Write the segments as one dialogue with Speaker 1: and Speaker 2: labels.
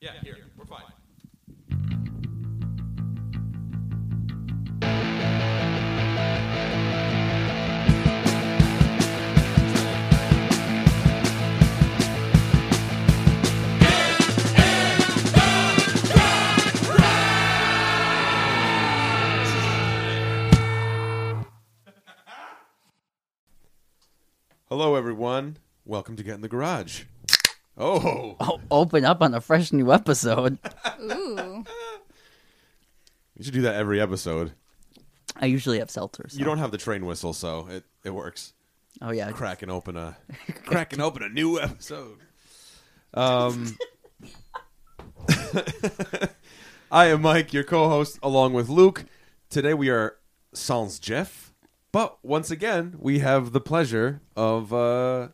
Speaker 1: Yeah, here, we're fine.
Speaker 2: Hello, everyone. Welcome to Get in the Garage. Oh,
Speaker 3: O- open up on a fresh new episode.
Speaker 4: Ooh.
Speaker 2: we should do that every episode.
Speaker 3: I usually have seltzers.
Speaker 2: You don't have the train whistle, so it, it works.
Speaker 3: Oh yeah.
Speaker 2: Cracking open a cracking open a new episode. Um, I am Mike, your co-host, along with Luke. Today we are sans Jeff, but once again we have the pleasure of uh,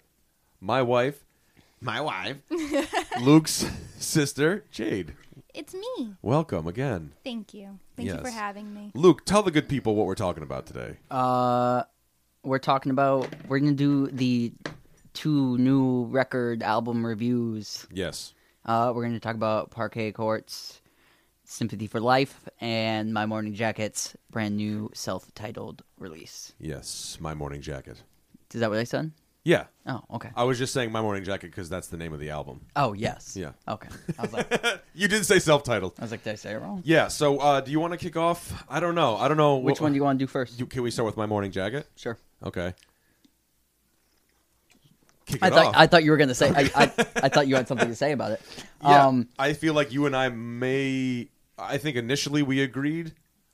Speaker 2: my wife, my wife, Luke's sister, Jade.
Speaker 4: It's me.
Speaker 2: Welcome again.
Speaker 4: Thank you. Thank you for
Speaker 2: Yes.
Speaker 4: having me.
Speaker 2: Luke, tell the good people what we're talking about today.
Speaker 3: Uh, we're talking about we're gonna do the two new record album reviews.
Speaker 2: yes.
Speaker 3: Uh, we're gonna talk about Parquet Courts, Sympathy for Life, and My Morning Jackets, brand new self-titled release.
Speaker 2: Yes, my morning jacket.
Speaker 3: Is that what I said?
Speaker 2: Yeah.
Speaker 3: Oh, okay.
Speaker 2: I was just saying my morning jacket because that's the name of the album.
Speaker 3: Oh yes.
Speaker 2: Yeah.
Speaker 3: Okay. I was like, I
Speaker 2: You did say self-titled.
Speaker 3: was like, did I say it wrong?
Speaker 2: Yeah, so uh, do you want to kick off? I don't know. I don't know
Speaker 3: Which
Speaker 2: wh-
Speaker 3: one do you want to do first?
Speaker 2: you- Can we start with my morning jacket?
Speaker 3: sure.
Speaker 2: Okay. Kick
Speaker 3: I
Speaker 2: it
Speaker 3: thought
Speaker 2: off.
Speaker 3: I thought you were gonna say I, I I thought you had something to say about it.
Speaker 2: yeah,
Speaker 3: Um,
Speaker 2: I feel like you and I may. I think initially we agreed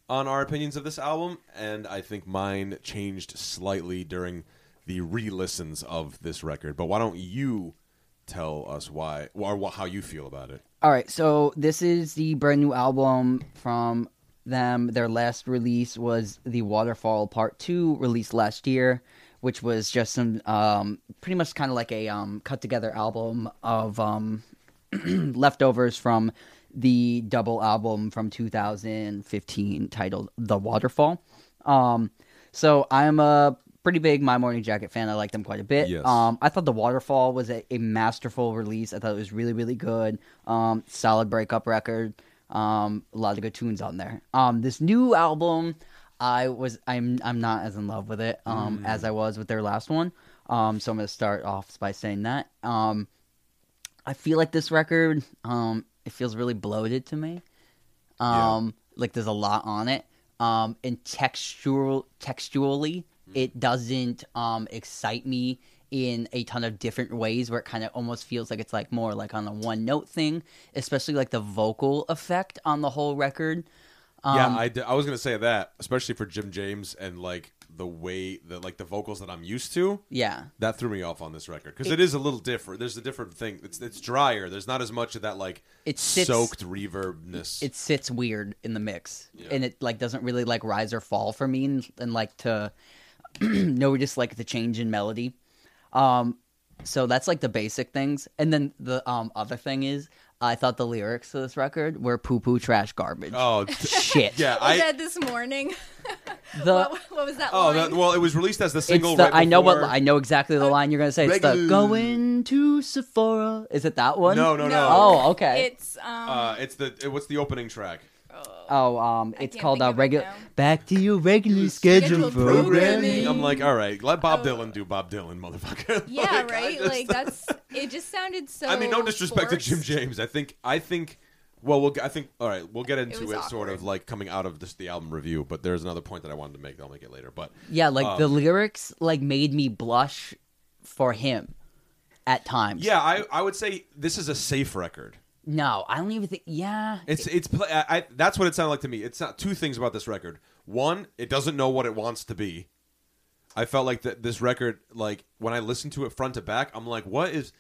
Speaker 2: on our opinions of this album, and I think mine changed slightly during the re-listens of this record. But why don't you tell us why or wh- how you feel about it?
Speaker 3: All right, so this is the brand new album from them. Their last release was The Waterfall Part 2, released last year, which was just some um pretty much kind of like a um cut together album of um leftovers from the double album from 2015 titled The Waterfall. Um so I'm a pretty big My Morning Jacket fan. I like them quite a bit.
Speaker 2: Yes.
Speaker 3: Um um, I thought the waterfall was a, a masterful release. I thought it was really, really good. Um, solid breakup record. Um, a lot of good tunes on there. Um, this new album, I was I'm I'm not as in love with it um, as I was with their last one. Um, so I'm gonna start off by saying that. Um, I feel like this record, um, it feels really bloated to me. Um, like there's a lot on it. Um, and textual textually, it doesn't um excite me in a ton of different ways where it kind of almost feels like it's like more like on a one note thing, especially like the vocal effect on the whole record.
Speaker 2: yeah,
Speaker 3: Um,
Speaker 2: I, d- I was gonna say that, especially for Jim James and like the way that like the vocals that I'm used to.
Speaker 3: Yeah.
Speaker 2: That threw me off on this record because it is a little different. There's a different thing. It's it's drier. There's not as much of that like
Speaker 3: It sits-
Speaker 2: soaked reverbness.
Speaker 3: It sits weird in the mix.
Speaker 2: Yeah.
Speaker 3: And it like doesn't really like rise or fall for me and, and like to notice like the change in melody. Um, so that's like the basic things. And then the um, other thing is, I thought the lyrics to this record were poo poo trash garbage.
Speaker 2: oh t-
Speaker 3: Shit.
Speaker 2: yeah,
Speaker 4: I
Speaker 2: I
Speaker 4: read this morning.
Speaker 3: The,
Speaker 4: what, what was that
Speaker 2: oh
Speaker 4: line?
Speaker 2: that, well, it was released as the
Speaker 3: it's
Speaker 2: single.
Speaker 3: the,
Speaker 2: right
Speaker 3: I know what
Speaker 2: before-
Speaker 3: I know exactly the line you're gonna say. It's the
Speaker 2: Regular.
Speaker 3: going to Sephora. Is it that one?
Speaker 2: No, no, no.
Speaker 3: Oh, okay.
Speaker 4: It's um
Speaker 2: Uh, it's the it, what's the opening track?
Speaker 3: oh, um, it's
Speaker 4: can't
Speaker 3: called
Speaker 4: think
Speaker 3: uh,
Speaker 4: of it
Speaker 3: regular.
Speaker 4: now.
Speaker 3: Back to your regularly scheduled
Speaker 4: Scheduled
Speaker 3: programming.
Speaker 4: programming.
Speaker 2: I'm like, all right, let Bob Dylan do Bob Dylan, motherfucker.
Speaker 4: yeah,
Speaker 2: Like, I
Speaker 4: right?
Speaker 2: just-
Speaker 4: like that's it just sounded so
Speaker 2: I mean, no disrespect
Speaker 4: forced.
Speaker 2: to Jim James. I think I think. Well, we'll. I think. All right, we'll get into it,
Speaker 4: was
Speaker 2: sort of
Speaker 4: awkward.
Speaker 2: like coming out of this, the album review. But there's another point that I wanted to make. that I'll make it later. But
Speaker 3: Yeah, like
Speaker 2: Um,
Speaker 3: the lyrics like made me blush for him at times.
Speaker 2: yeah, I I would say this is a safe record.
Speaker 3: No, I don't even think yeah.
Speaker 2: It's it's pl- I, I, that's what it sounded like to me. It's not two things about this record. One, it doesn't know what it wants to be. I felt like that this record, like when I listened to it front to back, I'm like, what is?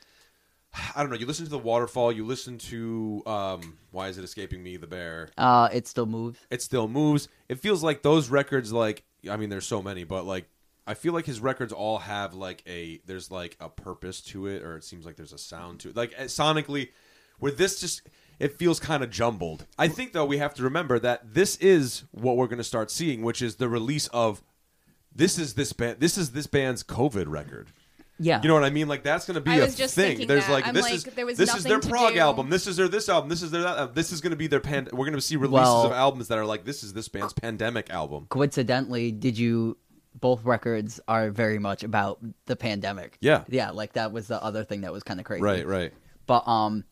Speaker 2: I don't know. You listen to the waterfall. You listen to um, why is it escaping me? The bear.
Speaker 3: uh it still moves.
Speaker 2: It still moves. It feels like those records. Like I mean, there's so many, but like I feel like his records all have like a there's like a purpose to it, or it seems like there's a sound to it. Like eh, sonically, where this just it feels kind of jumbled. I think though we have to remember that this is what we're going to start seeing, which is the release of this is this band this is this band's COVID record.
Speaker 3: Yeah.
Speaker 2: You know what I mean? Like that's going to be
Speaker 4: I
Speaker 2: a
Speaker 4: was just
Speaker 2: thing.
Speaker 4: thinking
Speaker 2: There's
Speaker 4: that.
Speaker 2: like
Speaker 4: I'm
Speaker 2: this
Speaker 4: like,
Speaker 2: is
Speaker 4: there was
Speaker 2: this is their
Speaker 4: nothing to
Speaker 2: prog
Speaker 4: do.
Speaker 2: album. This is their this album. This is their that. album. This is going to be their pan. We're going to see releases
Speaker 3: Well-
Speaker 2: of albums that are like this is this band's pandemic album.
Speaker 3: Coincidentally, did you? Both records are very much about the pandemic.
Speaker 2: Yeah.
Speaker 3: Yeah. Like that was the other thing that was kind of crazy.
Speaker 2: Right, right.
Speaker 3: But um,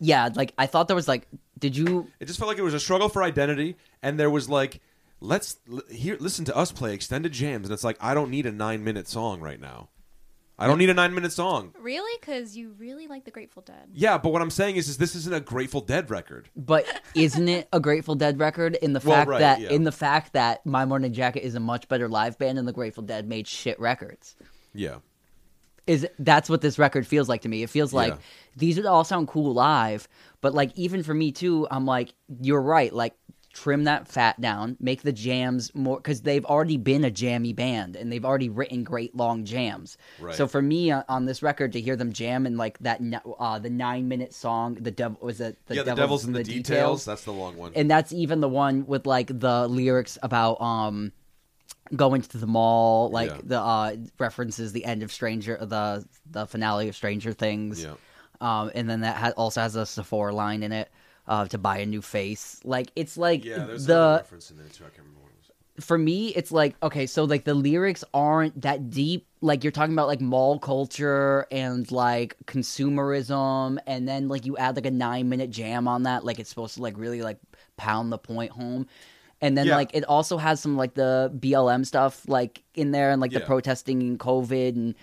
Speaker 3: yeah. Like I thought there was like, did you?
Speaker 2: It just felt like it was a struggle for identity, and there was like, let's l- here listen to us play extended jams, and it's like I don't need a nine minute song right now. I don't need a nine minute song.
Speaker 4: Really? Because you really like the Grateful Dead.
Speaker 2: Yeah, but what I'm saying is, is this isn't a Grateful Dead record.
Speaker 3: But isn't it a Grateful Dead record in the
Speaker 2: Well,
Speaker 3: fact
Speaker 2: right,
Speaker 3: that
Speaker 2: yeah.
Speaker 3: in the fact that My Morning Jacket is a much better live band and the Grateful Dead made shit records?
Speaker 2: Yeah,
Speaker 3: Is that's what this record feels like to me. It feels like
Speaker 2: Yeah.
Speaker 3: these would all sound cool live, but like even for me too, I'm like, you're right. Like trim that fat down, make the jams more because they've already been a jammy band and they've already written great long jams.
Speaker 2: Right.
Speaker 3: So for me uh, on this record to hear them jam and like that n- uh, the nine minute song, the devil was it the,
Speaker 2: yeah. The devil's in the, details. That's the long one.
Speaker 3: and that's even the one with like the lyrics about um going to the mall like
Speaker 2: Yeah.
Speaker 3: the uh references the end of stranger the the finale of stranger things
Speaker 2: Yeah.
Speaker 3: um and then that ha- also has a sephora line in it uh to buy a new face like it's like
Speaker 2: yeah, there's another
Speaker 3: the
Speaker 2: reference in there too. I can't remember what it was.
Speaker 3: for me it's like okay so like the lyrics aren't that deep like you're talking about like mall culture and like consumerism and then like you add like a nine minute jam on that like it's supposed to like really like pound the point home and then
Speaker 2: Yeah.
Speaker 3: like it also has some like the blm stuff like in there and like the
Speaker 2: Yeah.
Speaker 3: protesting and covid and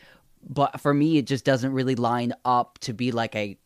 Speaker 3: but for me it just doesn't really line up to be like a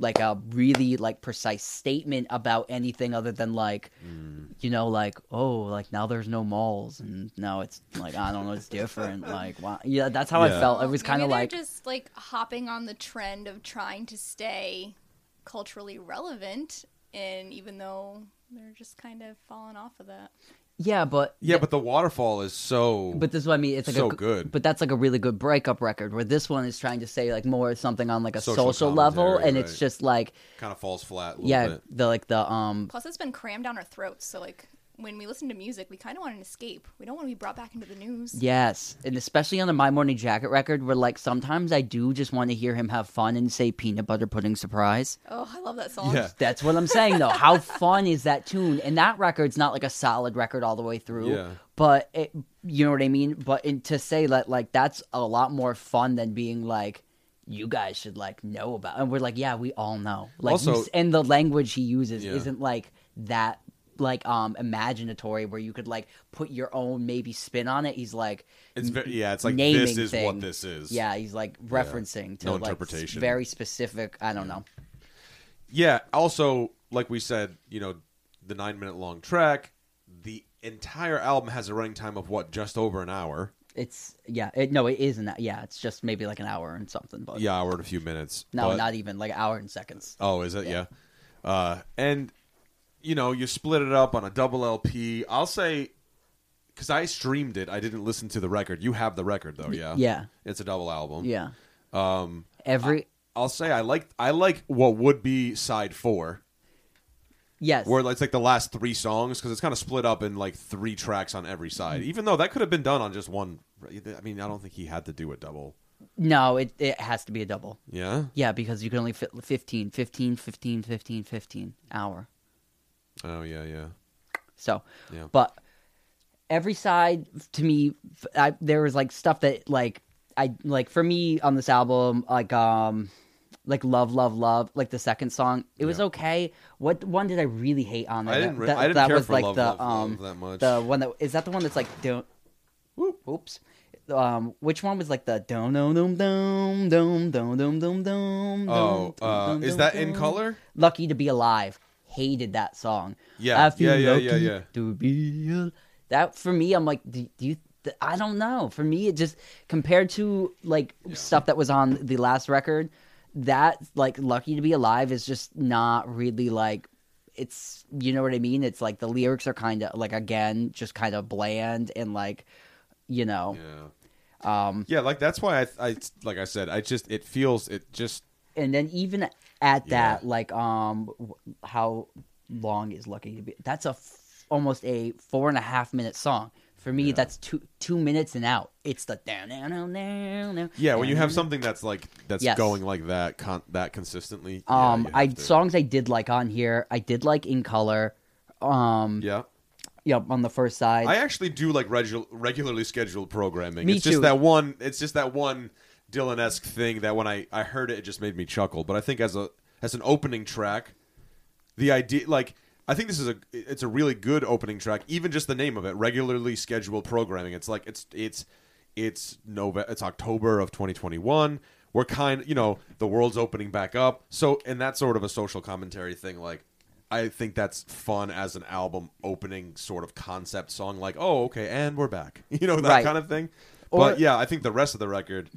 Speaker 3: like a really like precise statement about anything other than like
Speaker 2: Mm.
Speaker 3: you know like oh like now there's no malls and now it's like i don't know it's different like wow yeah that's how i
Speaker 2: Yeah.
Speaker 3: felt it was
Speaker 4: Maybe
Speaker 3: kind of
Speaker 4: they're
Speaker 3: like
Speaker 4: just like hopping on the trend of trying to stay culturally relevant, and even though they're just kind of falling off of that.
Speaker 3: yeah but
Speaker 2: Yeah, but the waterfall is so.
Speaker 3: but this is what i mean it's like
Speaker 2: So
Speaker 3: a, g-
Speaker 2: good.
Speaker 3: but that's like a really good breakup record where this one is trying to say like more something on like a
Speaker 2: Social
Speaker 3: social, level
Speaker 2: commentary,
Speaker 3: and it's
Speaker 2: right.
Speaker 3: just like
Speaker 2: kind of falls flat. A little
Speaker 3: yeah
Speaker 2: bit.
Speaker 3: the like the um
Speaker 4: Plus, it's been crammed down our throats. So, like, when we listen to music, we kind of want an escape. We don't want to be brought back into the news.
Speaker 3: Yes, and especially on the My Morning Jacket record, where like sometimes I do just want to hear him have fun and say peanut butter pudding surprise.
Speaker 4: Oh, I love that song.
Speaker 2: Yeah.
Speaker 3: That's what I'm saying though. How fun is that tune? And that record's not like a solid record all the way through.
Speaker 2: Yeah.
Speaker 3: But it, you know what I mean. But in, to say that like that's a lot more fun than being like you guys should like know about. And we're like, yeah, we all know. Like, you
Speaker 2: Also-
Speaker 3: s- and the language he uses
Speaker 2: Yeah.
Speaker 3: isn't like that like um imaginatory where you could like put your own maybe spin on it. He's like.
Speaker 2: It's very, yeah, it's like
Speaker 3: naming
Speaker 2: this is what
Speaker 3: thing.
Speaker 2: this is.
Speaker 3: Yeah, he's like referencing to
Speaker 2: No
Speaker 3: like s-
Speaker 2: interpretation.
Speaker 3: very specific. I don't know.
Speaker 2: Yeah. Also, like we said, you know, the nine minute long track, the entire album has a running time of what, just over an hour?
Speaker 3: It's yeah, it, no, it isn't. that- Yeah, it's just maybe like an hour and something. But
Speaker 2: Yeah, hour and a few minutes.
Speaker 3: no,
Speaker 2: but-
Speaker 3: not even like an hour and seconds.
Speaker 2: Oh, is it? Yeah. Uh, and, you know, you split it up on a double LP. I'll say, because I streamed it, I didn't listen to the record. You have the record, though, yeah?
Speaker 3: yeah.
Speaker 2: It's a double album.
Speaker 3: Yeah. Um, every
Speaker 2: I'll say I like I like what would be side four.
Speaker 3: yes,
Speaker 2: where it's like the last three songs because it's kind of split up in like three tracks on every side. Even though that could have been done on just one. I mean, I don't think he had to do a double.
Speaker 3: no, it it has to be a double.
Speaker 2: Yeah,
Speaker 3: Yeah, because you can only fit 15, 15, 15, 15, 15 hour.
Speaker 2: Oh yeah, yeah.
Speaker 3: So,
Speaker 2: Yeah.
Speaker 3: but every side to me, f- I, there was like stuff that like I like for me on this album, like um, like love, love, love, like the second song, it was
Speaker 2: Yeah.
Speaker 3: okay. What one did I really hate on there?
Speaker 2: I
Speaker 3: That-
Speaker 2: didn't re-
Speaker 3: that,
Speaker 2: I didn't
Speaker 3: that
Speaker 2: care
Speaker 3: was
Speaker 2: for
Speaker 3: like
Speaker 2: Love,
Speaker 3: the
Speaker 2: Love, Love
Speaker 3: um
Speaker 2: that much.
Speaker 3: the one that is that the one that's like don't
Speaker 2: Whoop.
Speaker 3: oops. Um, which one was like the dum dum dum dum dum dum dum dum dum?
Speaker 2: Oh,
Speaker 3: dum,
Speaker 2: uh,
Speaker 3: dum,
Speaker 2: is
Speaker 3: dum,
Speaker 2: that in
Speaker 3: dum.
Speaker 2: color?
Speaker 3: Lucky to Be Alive. Hated that song.
Speaker 2: Yeah,
Speaker 3: I feel
Speaker 2: yeah, yeah,
Speaker 3: lucky
Speaker 2: yeah, yeah.
Speaker 3: To be al- that for me, I'm like, do, do you? Th- I don't know. For me, it just compared to like stuff that was on the last record, that like Lucky to Be Alive is just not really like. It's you know what I mean. It's like the lyrics are kind of like again just kind of bland and like, you know,
Speaker 2: Yeah,
Speaker 3: um,
Speaker 2: yeah. Like that's why I, I like I said, I just it feels it just
Speaker 3: and then even at that
Speaker 2: Yeah.
Speaker 3: like um w- how long is lucky to be that's a f- almost a four and a half minute song for For me,
Speaker 2: Yeah.
Speaker 3: that's two two minutes and out. It's the down down down down. down,
Speaker 2: Yeah, when you have
Speaker 3: down,
Speaker 2: something that's like that's
Speaker 3: Yes.
Speaker 2: going like that con- that consistently.
Speaker 3: down.
Speaker 2: yeah,
Speaker 3: Um,
Speaker 2: you
Speaker 3: I
Speaker 2: have to-
Speaker 3: songs I did like on here. I did like in color. Um,
Speaker 2: Yeah,
Speaker 3: yep, on the first side.
Speaker 2: I actually do like regu- regularly scheduled programming.
Speaker 3: Me
Speaker 2: it's
Speaker 3: too.
Speaker 2: just that one. It's just that one Dylan esque thing that when I I heard it, it just made me chuckle. But I think as a as an opening track, the idea like. I think this is a it's a really good opening track. Even just the name of it, regularly scheduled programming. It's like it's it's it's Nova, it's October of 2021. We're kind, you know, the world's opening back up. So, and that's sort of a social commentary thing. Like, I think that's fun as an album opening sort of concept song. Like, oh, okay, and we're back. You know that
Speaker 3: Right.
Speaker 2: kind of thing.
Speaker 3: Or-
Speaker 2: but yeah, I think the rest of the record,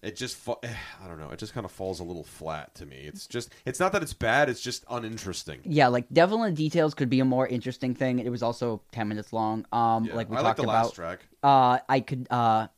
Speaker 2: it just fa- I don't know, it just kind of falls a little flat to me. It's just it's not that it's bad. It's just uninteresting.
Speaker 3: yeah, like Devil in Details could be a more interesting thing. It was also ten minutes long. Um,
Speaker 2: Yeah,
Speaker 3: like we
Speaker 2: I like
Speaker 3: talked
Speaker 2: the
Speaker 3: about.
Speaker 2: last track.
Speaker 3: Uh, I could. Uh,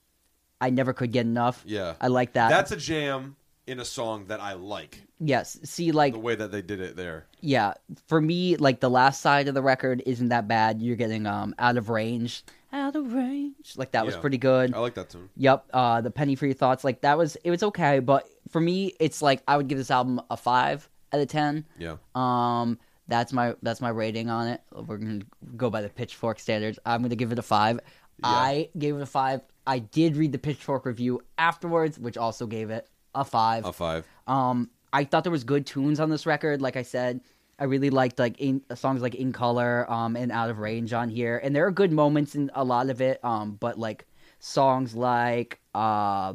Speaker 3: I never could get enough.
Speaker 2: Yeah,
Speaker 3: I like that.
Speaker 2: That's a jam in a song that I like.
Speaker 3: yes. See, like
Speaker 2: The way that they did it there.
Speaker 3: yeah, for me, like the last side of the record isn't that bad. You're getting um out of range, out of range. Like that was
Speaker 2: Yeah. Oh.
Speaker 3: pretty good.
Speaker 2: I like that tune.
Speaker 3: Yep. Uh, the penny for your thoughts. Like that was it was okay, but for me, it's like I would give this album a five out of ten.
Speaker 2: Yeah.
Speaker 3: Um, that's my that's my rating on it. We're gonna go by the Pitchfork standards. I'm gonna give it a five. I gave it a five. I did read the Pitchfork review afterwards, which also gave it a five.
Speaker 2: A five.
Speaker 3: Um, I thought there was good tunes on this record. Like I said, I really liked like in, songs like "In Color" um, and "Out of Range" on here, and there are good moments in a lot of it. Um, but like songs like uh,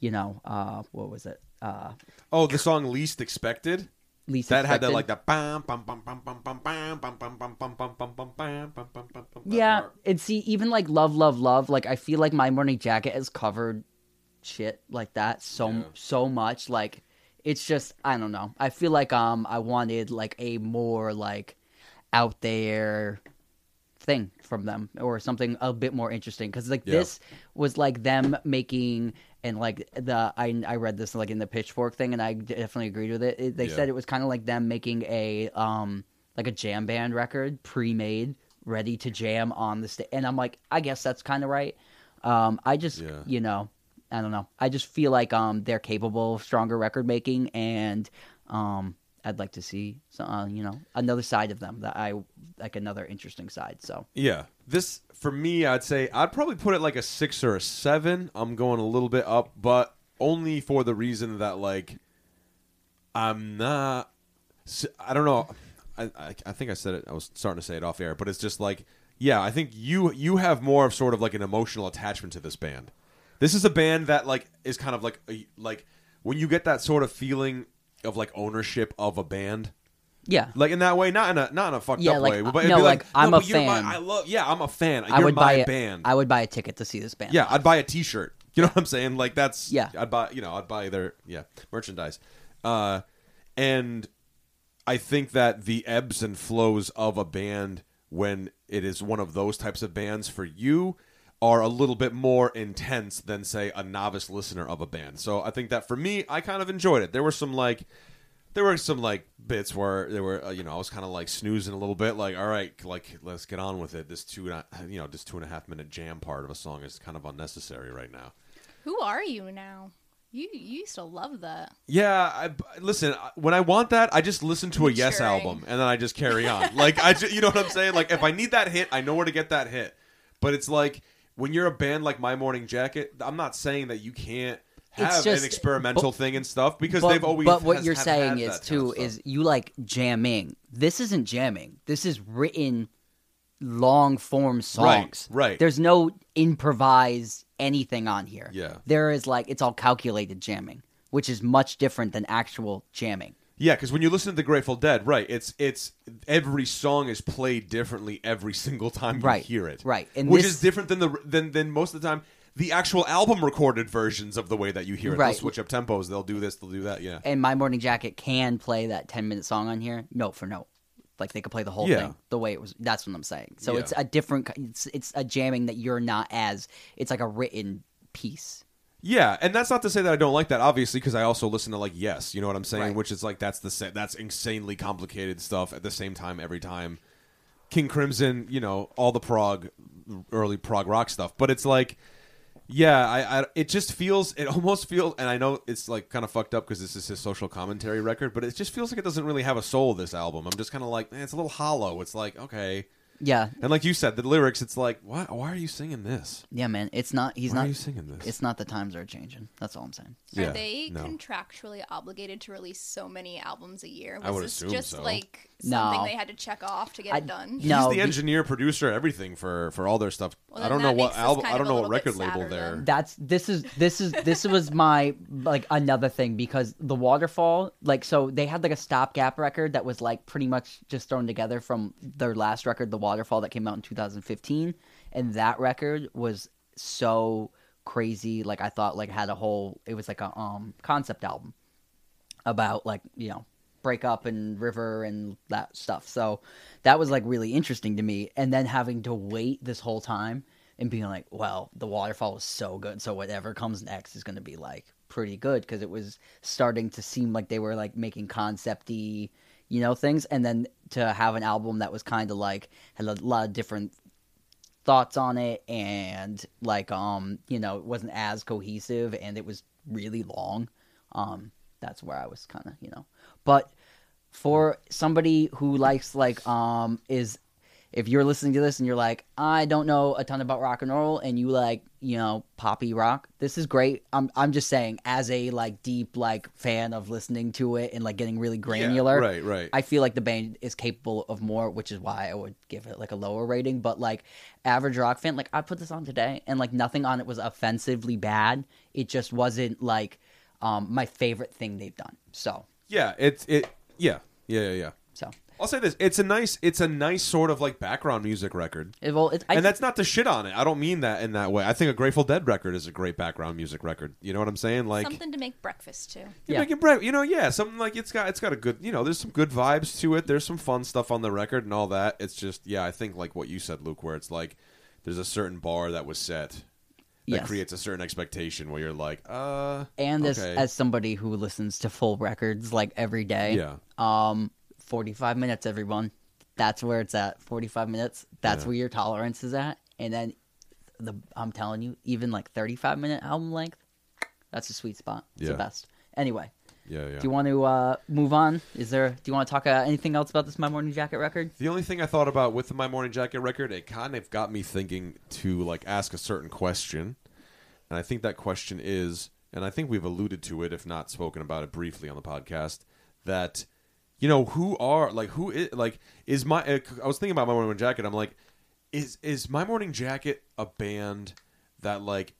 Speaker 3: you know, uh, what was it? Uh,
Speaker 2: Oh, the song least expected.
Speaker 3: Least
Speaker 2: that had that
Speaker 3: Expected.
Speaker 2: like that bam bam bam bam bam bam bam bam bam bam bam bam bam bam bam bam bam bam bam.
Speaker 3: Yeah, and see, even like "Love, Love, Love," like I feel like my morning jacket is covered shit like that so
Speaker 2: Yeah.
Speaker 3: so much. Like it's just I don't know. I feel like um I wanted like a more like out there thing from them or something a bit more interesting because like
Speaker 2: Yeah.
Speaker 3: this was like them making and like the I I read this like in the Pitchfork thing and I definitely agreed with it. It- they
Speaker 2: Yeah.
Speaker 3: said it was kind of like them making a um like a jam band record pre-made ready to jam on the stage and I'm like I guess that's kind of right. Um I just
Speaker 2: Yeah.
Speaker 3: you know I don't know. I just feel like um they're capable of stronger record making and um I'd like to see some, uh, you know another side of them that I like another interesting side. So
Speaker 2: Yeah. This for me, I'd say I'd probably put it like a six or a seven. I'm going a little bit up, but only for the reason that like I'm not. s- I don't know. I, I I think I said it. I was starting to say it off air, but it's just like yeah. I think you you have more of sort of like an emotional attachment to this band. This is a band that like is kind of like a, like when you get that sort of feeling of like ownership of a band
Speaker 3: yeah,
Speaker 2: like in that way, not in a not in a fucked
Speaker 3: Yeah,
Speaker 2: up
Speaker 3: like,
Speaker 2: way,
Speaker 3: uh,
Speaker 2: but it'd
Speaker 3: no,
Speaker 2: be like,
Speaker 3: like, I'm
Speaker 2: no,
Speaker 3: a
Speaker 2: but you're my-
Speaker 3: fan.
Speaker 2: I love, yeah, I'm a fan. You're
Speaker 3: I would
Speaker 2: my
Speaker 3: buy a
Speaker 2: band.
Speaker 3: I would buy a ticket to see this band.
Speaker 2: yeah, I'd buy a T-shirt. You know what I'm saying? Like that's
Speaker 3: Yeah.
Speaker 2: I'd buy you know I'd buy their yeah merchandise, uh, and I think that the ebbs and flows of a band when it is one of those types of bands for you are a little bit more intense than say a novice listener of a band. So I think that for me, I kind of enjoyed it. There were some like there were some like bits where there were uh, you know I was kind of like snoozing a little bit like all right like let's get on with it this two and a, you know this two and a half minute jam part of a song is kind of unnecessary right now
Speaker 4: Who are you now? You, you used to love that.
Speaker 2: yeah I b listen I- when I want that I just listen to a Yes
Speaker 4: Maturing.
Speaker 2: album and then I just carry on like I ju- you know what I'm saying like if I need that hit I know where to get that hit but it's like when you're a band like My Morning Jacket I'm not saying that you can't
Speaker 3: It's
Speaker 2: have
Speaker 3: just-
Speaker 2: an experimental thing and stuff because
Speaker 3: but,
Speaker 2: they've always
Speaker 3: but what
Speaker 2: has-
Speaker 3: you're
Speaker 2: have
Speaker 3: saying
Speaker 2: had
Speaker 3: is
Speaker 2: that kind of
Speaker 3: too
Speaker 2: stuff.
Speaker 3: is you like jamming. This isn't jamming. This is written long form songs.
Speaker 2: right.
Speaker 3: There's no improvised anything on here.
Speaker 2: Yeah.
Speaker 3: There is like it's all calculated jamming, which is much different than actual jamming.
Speaker 2: Yeah, because when you listen to the Grateful Dead, right, it's it's every song is played differently every single time you
Speaker 3: Right,
Speaker 2: hear it,
Speaker 3: right, and
Speaker 2: which
Speaker 3: this-
Speaker 2: is different than the than than most of the time the actual album recorded versions of the way that you hear it. They'll
Speaker 3: Right.
Speaker 2: switch up tempos. They'll do this. They'll do that. Yeah,
Speaker 3: And My Morning Jacket can play that 10 minute song on here note for note. Like they could play the whole
Speaker 2: Yeah.
Speaker 3: thing the way it was. That's what I'm saying. So
Speaker 2: Yeah.
Speaker 3: it's a different. ki- It's it's a jamming that you're not as. It's like a written piece.
Speaker 2: yeah, and that's not to say that I don't like that, obviously, because I also listen to like Yes, you know what I'm saying,
Speaker 3: Right.
Speaker 2: which is like that's the sa- that's insanely complicated stuff at the same time every time. King Crimson, you know, all the prog, early prog rock stuff. But it's like, yeah, I, I it just feels, it almost feels, and I know it's like kind of fucked up because this is his social commentary record, but it just feels like it doesn't really have a soul. This album, I'm just kind of like, eh, it's a little hollow. It's like, okay,
Speaker 3: Yeah,
Speaker 2: and like you said, the lyrics, it's like, why, why are you singing this?
Speaker 3: yeah, man. It's not. He's
Speaker 2: why
Speaker 3: not.
Speaker 2: are you singing this?
Speaker 3: It's not the times are changing. That's all I'm saying.
Speaker 2: Yeah,
Speaker 4: Are they
Speaker 2: no.
Speaker 4: contractually obligated to release so many albums a year? Was
Speaker 2: I would
Speaker 4: this
Speaker 2: assume
Speaker 4: just
Speaker 2: so.
Speaker 4: like
Speaker 3: No.
Speaker 4: something they had to check off to get
Speaker 3: I-
Speaker 4: it done?
Speaker 3: no.
Speaker 2: He's
Speaker 3: be-
Speaker 2: the engineer, producer, everything for for all their stuff.
Speaker 4: Well,
Speaker 2: I
Speaker 4: then
Speaker 2: don't know
Speaker 4: that
Speaker 2: what
Speaker 4: makes us
Speaker 2: album.
Speaker 4: kind
Speaker 2: I
Speaker 4: of
Speaker 2: don't
Speaker 4: a
Speaker 2: know what
Speaker 4: little bit
Speaker 2: record label
Speaker 4: sadder
Speaker 2: they're.
Speaker 4: then.
Speaker 3: That's this is this is this was my like another thing because the waterfall like so they had like a stopgap record that was like pretty much just thrown together from their last record the waterfall that came out in 2015 and that record was so crazy like I thought like had a whole it was like a um concept album about like you know breakup and river and that stuff so that was like really interesting to me and then having to wait this whole time and being like well the waterfall was so good so whatever comes next is going to be like pretty good because it was starting to seem like they were like making concepty you know things and then to have an album that was kind of like had a lot of different thoughts on it and like um you know it wasn't as cohesive and it was really long um that's where i was kind of you know but for somebody who likes like um is if you're listening to this and you're like i don't know a ton about rock and roll and you like you know poppy rock this is great i'm i'm just saying as a like deep like fan of listening to it and like getting really granular
Speaker 2: right, right.
Speaker 3: I feel like the band is capable of more, which is why I would give it like a lower rating. But like average rock fan, like I put this on today, and like nothing on it was offensively bad. It just wasn't like um, my favorite thing they've done. So,
Speaker 2: yeah, it's it. Yeah, yeah, yeah, yeah.
Speaker 3: so
Speaker 2: I'll say this: it's a nice, it's a nice sort of like background music record.
Speaker 3: it, well, it, I,
Speaker 2: and that's not to shit on it. I don't mean that in that way. I think a Grateful Dead record is a great background music record. You know what I'm saying? Like
Speaker 4: something to make breakfast to.
Speaker 2: you're
Speaker 3: Yeah.
Speaker 2: making bread. You know, yeah, something like it's got it's got a good. You know, there's some good vibes to it. There's some fun stuff on the record and all that. It's just yeah, I think like what you said, Luke, where it's like there's a certain bar that was set that
Speaker 3: Yes.
Speaker 2: creates a certain expectation where you're like, uh,
Speaker 3: and as
Speaker 2: okay.
Speaker 3: as somebody who listens to full records like every day,
Speaker 2: yeah.
Speaker 3: um, forty five minutes, everyone. That's where it's at. Forty five minutes. That's
Speaker 2: Yeah.
Speaker 3: where your tolerance is at, and then the I'm telling you, even like thirty five minute album length, that's a sweet spot. It's
Speaker 2: Yeah.
Speaker 3: the best. Anyway,
Speaker 2: Yeah, yeah.
Speaker 3: do you want to uh, move on? Is there? Do you want to talk uh, anything else about this My Morning Jacket record?
Speaker 2: the only thing I thought about with my Morning Jacket record, it kind of got me thinking to like ask a certain question, and I think that question is, and I think we've alluded to it, if not spoken about it briefly on the podcast, that you know who are like who is like is my uh, I was thinking about my Morning Jacket. I'm like, is is my Morning Jacket a band that like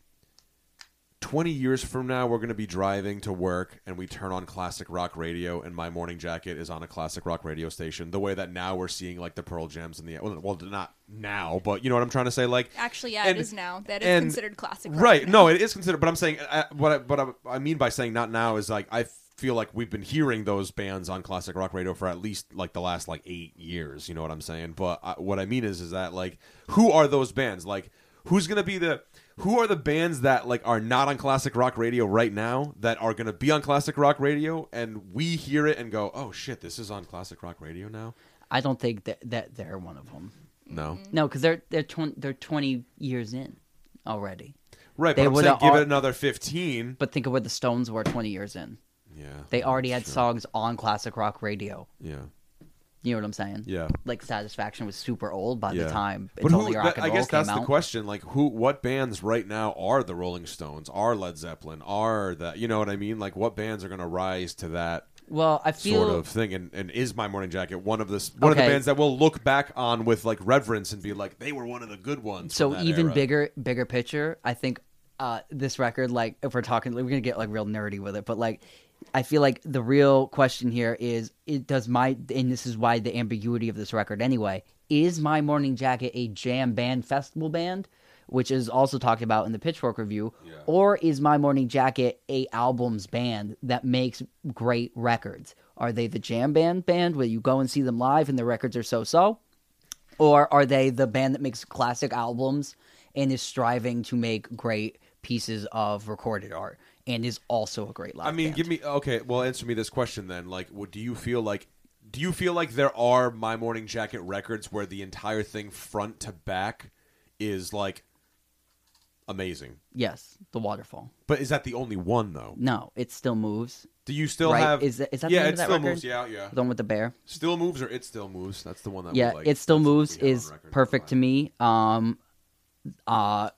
Speaker 2: 20 years from now we're going to be driving to work and we turn on classic rock radio and my morning jacket is on a classic rock radio station the way that now we're seeing like the pearl gems and the well, well not now but you know what i'm trying to say like
Speaker 4: Actually, yeah,
Speaker 2: And-
Speaker 4: it is now. That is
Speaker 2: and-
Speaker 4: considered classic. rock
Speaker 2: right
Speaker 4: now.
Speaker 2: no it is considered but i'm saying uh, what I, what I, I mean by saying not now is like i feel like we've been hearing those bands on classic rock radio for at least like the last like eight years you know what i'm saying but I, what i mean is is that like who are those bands like who's gonna be the who are the bands that like are not on classic rock radio right now that are gonna be on classic rock radio and we hear it and go oh shit this is on classic rock radio now
Speaker 3: I don't think that that they're one of them.
Speaker 2: no
Speaker 3: No, because they're they're twenty they're twenty years in already.
Speaker 2: right
Speaker 3: They
Speaker 2: but i'm
Speaker 3: would've
Speaker 2: saying give
Speaker 3: all-
Speaker 2: it another 15
Speaker 3: But think of where the Stones were twenty years in.
Speaker 2: yeah
Speaker 3: They already had
Speaker 2: Sure.
Speaker 3: songs on classic rock radio.
Speaker 2: yeah
Speaker 3: You know what I'm saying?
Speaker 2: yeah
Speaker 3: Like Satisfaction was super old by
Speaker 2: Yeah.
Speaker 3: the time it's
Speaker 2: But who,
Speaker 3: only rock
Speaker 2: that-
Speaker 3: and
Speaker 2: I
Speaker 3: roll
Speaker 2: guess
Speaker 3: came
Speaker 2: that's
Speaker 3: out.
Speaker 2: the question. Like, who, what bands right now are the Rolling Stones, are Led Zeppelin, are that, you know what I mean? Like, what bands are going to rise to that
Speaker 3: Well, I feel
Speaker 2: sort of thing? And, and is My Morning Jacket one of the s- one of
Speaker 3: Okay.
Speaker 2: the bands that we'll look back on with like reverence and be like, they were one of the good ones.
Speaker 3: so
Speaker 2: from that
Speaker 3: even
Speaker 2: era.
Speaker 3: bigger, bigger picture. I think uh, this record, like if we're talking, we're gonna get like real nerdy with it, but like. I feel like the real question here is: It does my and this is why the ambiguity of this record anyway is my Morning Jacket a jam band festival band, which is also talked about in the Pitchfork review,
Speaker 2: Yeah.
Speaker 3: or is my Morning Jacket a albums band that makes great records? Are they the jam band band where you go and see them live and the records are so so, or are they the band that makes classic albums and is striving to make great pieces of recorded art and is also a great live
Speaker 2: I mean,
Speaker 3: band?
Speaker 2: give me okay. Well, answer me this question then. Like, what do you feel like? do you feel like there are My Morning Jacket records where the entire thing front to back is like amazing?
Speaker 3: Yes, the waterfall.
Speaker 2: But is that the only one though?
Speaker 3: No, it still moves.
Speaker 2: Do you still
Speaker 3: Right,
Speaker 2: have
Speaker 3: is that- is that the
Speaker 2: yeah?
Speaker 3: name
Speaker 2: it
Speaker 3: of that
Speaker 2: still
Speaker 3: record?
Speaker 2: moves. Yeah, yeah.
Speaker 3: The one with the bear.
Speaker 2: Still moves or it still moves. That's the one that we
Speaker 3: yeah,
Speaker 2: like.
Speaker 3: it still
Speaker 2: That's the one
Speaker 3: moves
Speaker 2: we have on
Speaker 3: is
Speaker 2: record.
Speaker 3: perfect to me. Um, uh,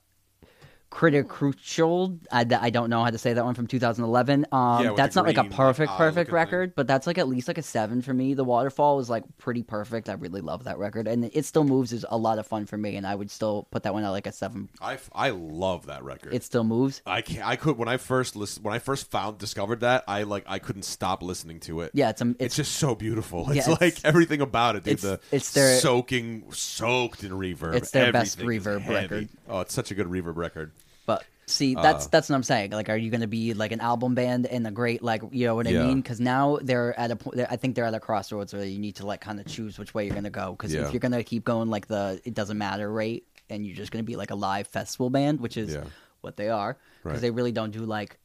Speaker 3: Critic Crucial. I, d- I don't know how to say that one from 2011. Um,
Speaker 2: Yeah, with
Speaker 3: that's
Speaker 2: the
Speaker 3: not like
Speaker 2: green,
Speaker 3: a
Speaker 2: like,
Speaker 3: perfect
Speaker 2: eye
Speaker 3: perfect
Speaker 2: looking
Speaker 3: record, but that's like at least like a seven for me. The Waterfall was like pretty perfect. I really love that record, and it still moves is a lot of fun for me, and I would still put that one at like a seven.
Speaker 2: I, f- I love that record.
Speaker 3: It still moves.
Speaker 2: I can not I could when I first list, when I first found discovered that I like I couldn't stop listening to it.
Speaker 3: Yeah, it's um,
Speaker 2: It's,
Speaker 3: it's,
Speaker 2: just so beautiful.
Speaker 3: Yeah,
Speaker 2: It's
Speaker 3: it's-
Speaker 2: like everything about it, dude.
Speaker 3: it's-
Speaker 2: the
Speaker 3: it's their-
Speaker 2: soaking, soaked in reverb.
Speaker 3: It's their best
Speaker 2: Everything is
Speaker 3: reverb
Speaker 2: heavy.
Speaker 3: record.
Speaker 2: Oh, it's such a good reverb record.
Speaker 3: But see,
Speaker 2: Uh,
Speaker 3: that's that's what I'm saying. Like, are you going to be like an album band and a great like you know what I
Speaker 2: Yeah.
Speaker 3: mean? Because now they're at a point. I think they're at a crossroads where you need to like kind of choose which way you're going to go. Because
Speaker 2: Yeah.
Speaker 3: if you're going to keep going like the it doesn't matter rate, and you're just going to be like a live festival band, which is
Speaker 2: Yeah.
Speaker 3: what they are, because
Speaker 2: Right.
Speaker 3: they really don't do like.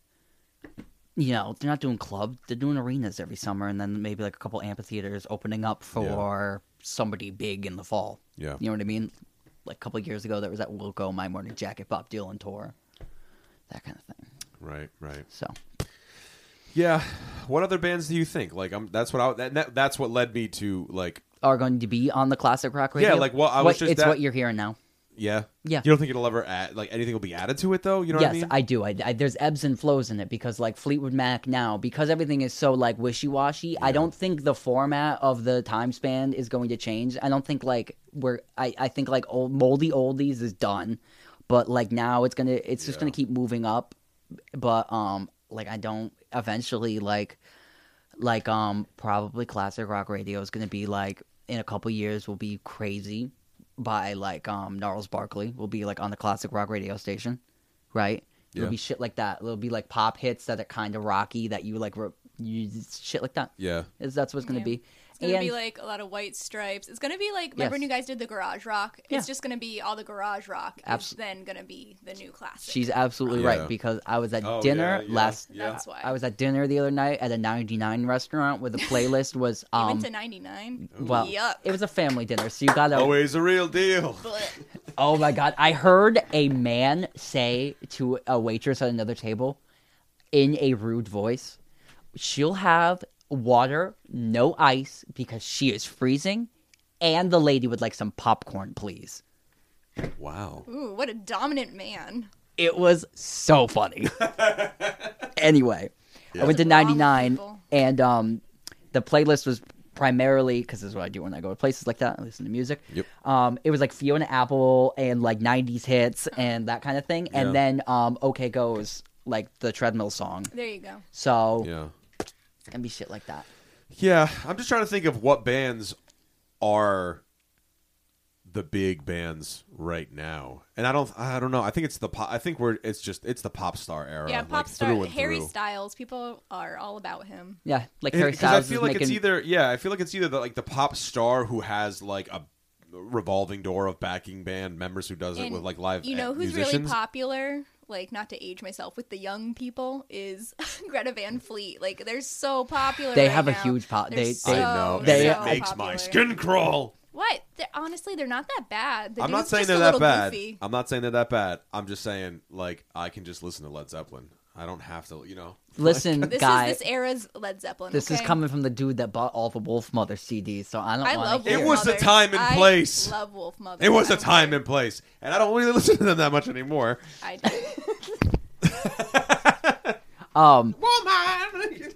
Speaker 3: You know, they're not doing club. They're doing arenas every summer, and then maybe like a couple amphitheaters opening up for somebody big in the fall.
Speaker 2: Yeah.
Speaker 3: You know what I mean? Like a couple of years ago, there was that Wilco My Morning Jacket Bob Dylan tour, that kind of thing.
Speaker 2: Right, right.
Speaker 3: So
Speaker 2: Yeah. What other bands do you think? Like, I'm that's what I that- that, that's what led me to like.
Speaker 3: are going to be on the classic rock radio.
Speaker 2: like, well, I was
Speaker 3: What-
Speaker 2: just
Speaker 3: it's
Speaker 2: that-
Speaker 3: what you're hearing now.
Speaker 2: Yeah.
Speaker 3: Yeah.
Speaker 2: You don't think it'll ever add like anything will be added to it though? You know
Speaker 3: yes,
Speaker 2: what I mean?
Speaker 3: do. I, I- there's ebbs and flows in it because like Fleetwood Mac now, because everything is so like wishy washy. I don't think the format of the time span is going to change. I don't think like we're. I I think like old moldy oldies is done, but like now it's gonna it's just
Speaker 2: Yeah.
Speaker 3: gonna keep moving up. But um, like I don't eventually like like um probably classic rock radio is gonna be like in a couple years will be crazy by like um Gnarls Barkley will be like on the classic rock radio station, right?
Speaker 2: Yeah.
Speaker 3: It'll be shit like that. It'll be like pop hits that are kind of rocky that you like re- you shit like that.
Speaker 2: yeah.
Speaker 3: Is that's what's gonna
Speaker 4: Yeah.
Speaker 3: be?
Speaker 4: It's gonna be
Speaker 3: And-
Speaker 4: like a lot of white stripes. It's gonna be like remember when you
Speaker 3: Yes.
Speaker 4: guys did the garage rock?
Speaker 3: Yeah.
Speaker 4: It's just gonna be all the garage rock. It's
Speaker 3: Abso-
Speaker 4: then gonna be the new classic.
Speaker 3: She's absolutely
Speaker 2: Yeah.
Speaker 3: right because I was at
Speaker 2: Oh,
Speaker 3: dinner
Speaker 2: yeah, yeah,
Speaker 3: last.
Speaker 2: yeah.
Speaker 4: That's why.
Speaker 3: I was at dinner the other night at a 99 restaurant where the playlist was
Speaker 4: Even
Speaker 3: um
Speaker 4: to ninety nine.
Speaker 3: well
Speaker 4: yuck.
Speaker 3: it was a family dinner so you got
Speaker 4: Oh.
Speaker 3: to
Speaker 2: Always a real deal.
Speaker 4: Blech.
Speaker 3: Oh my god! I heard a man say to a waitress at another table, in a rude voice, "She'll have water, no ice, because she is freezing, and the lady would like some popcorn, please."
Speaker 2: Wow.
Speaker 4: Ooh, what a dominant man.
Speaker 3: It was so funny. anyway, I went to
Speaker 4: What's wrong with
Speaker 3: 99
Speaker 4: people?
Speaker 3: and um, the playlist was primarily because this is what I do when I go to places like that. I listen to music.
Speaker 2: Yep.
Speaker 3: Um, it was like Fiona Apple and like 90s hits and that kind of thing. And
Speaker 2: Yeah.
Speaker 3: then um, OK Goes, like the treadmill song.
Speaker 4: There you go.
Speaker 3: So
Speaker 2: Yeah.
Speaker 3: it's going to be shit like that.
Speaker 2: Yeah, I'm just trying to think of what bands are the big bands right now, and I don't, I don't know. I think it's the pop. I think we're, it's just, it's the pop star era.
Speaker 4: yeah,
Speaker 2: like,
Speaker 4: pop star
Speaker 2: through and
Speaker 4: Harry
Speaker 2: through.
Speaker 4: Styles. People are all about him.
Speaker 3: Yeah. Like Harry
Speaker 2: Because I
Speaker 3: Styles is
Speaker 2: feel like
Speaker 3: making.
Speaker 2: it's either, yeah, I feel like it's either the, like the pop star who has like a revolving door of backing band members who does it
Speaker 4: And
Speaker 2: with like live,
Speaker 4: You know
Speaker 2: a-
Speaker 4: who's really
Speaker 2: musicians.
Speaker 4: popular? Like, not to age myself, with the young people is Greta Van Fleet. Like, they're so popular.
Speaker 3: They
Speaker 4: right
Speaker 3: have a
Speaker 4: now.
Speaker 3: huge po-
Speaker 4: They're
Speaker 3: they- they-
Speaker 4: so,
Speaker 2: I know, and
Speaker 3: They-
Speaker 2: it
Speaker 4: so
Speaker 2: makes
Speaker 4: popular.
Speaker 2: my skin crawl.
Speaker 4: What? They're, honestly, they're not that bad. The
Speaker 2: I'm not
Speaker 4: dude's
Speaker 2: saying
Speaker 4: just
Speaker 2: they're
Speaker 4: a
Speaker 2: that
Speaker 4: little
Speaker 2: bad.
Speaker 4: Goofy.
Speaker 2: I'm not saying they're that bad. I'm just saying like I can just listen to Led Zeppelin. I don't have to, you know.
Speaker 3: listen,
Speaker 4: This
Speaker 3: guy.
Speaker 4: is this era's Led Zeppelin.
Speaker 3: this
Speaker 4: okay?
Speaker 3: is coming from the dude that bought all the Wolf Mother CDs, so I don't
Speaker 4: I
Speaker 3: wanna
Speaker 4: love.
Speaker 3: hear
Speaker 4: Wolf
Speaker 2: It was the
Speaker 4: Mother.
Speaker 2: time and
Speaker 4: I
Speaker 2: place.
Speaker 4: love Wolf Mother.
Speaker 2: It was
Speaker 4: I
Speaker 2: a
Speaker 4: don't
Speaker 2: time
Speaker 4: care.
Speaker 2: and place, and I don't really listen to them that much anymore.
Speaker 4: I do.
Speaker 3: Um,
Speaker 2: Woman, woman.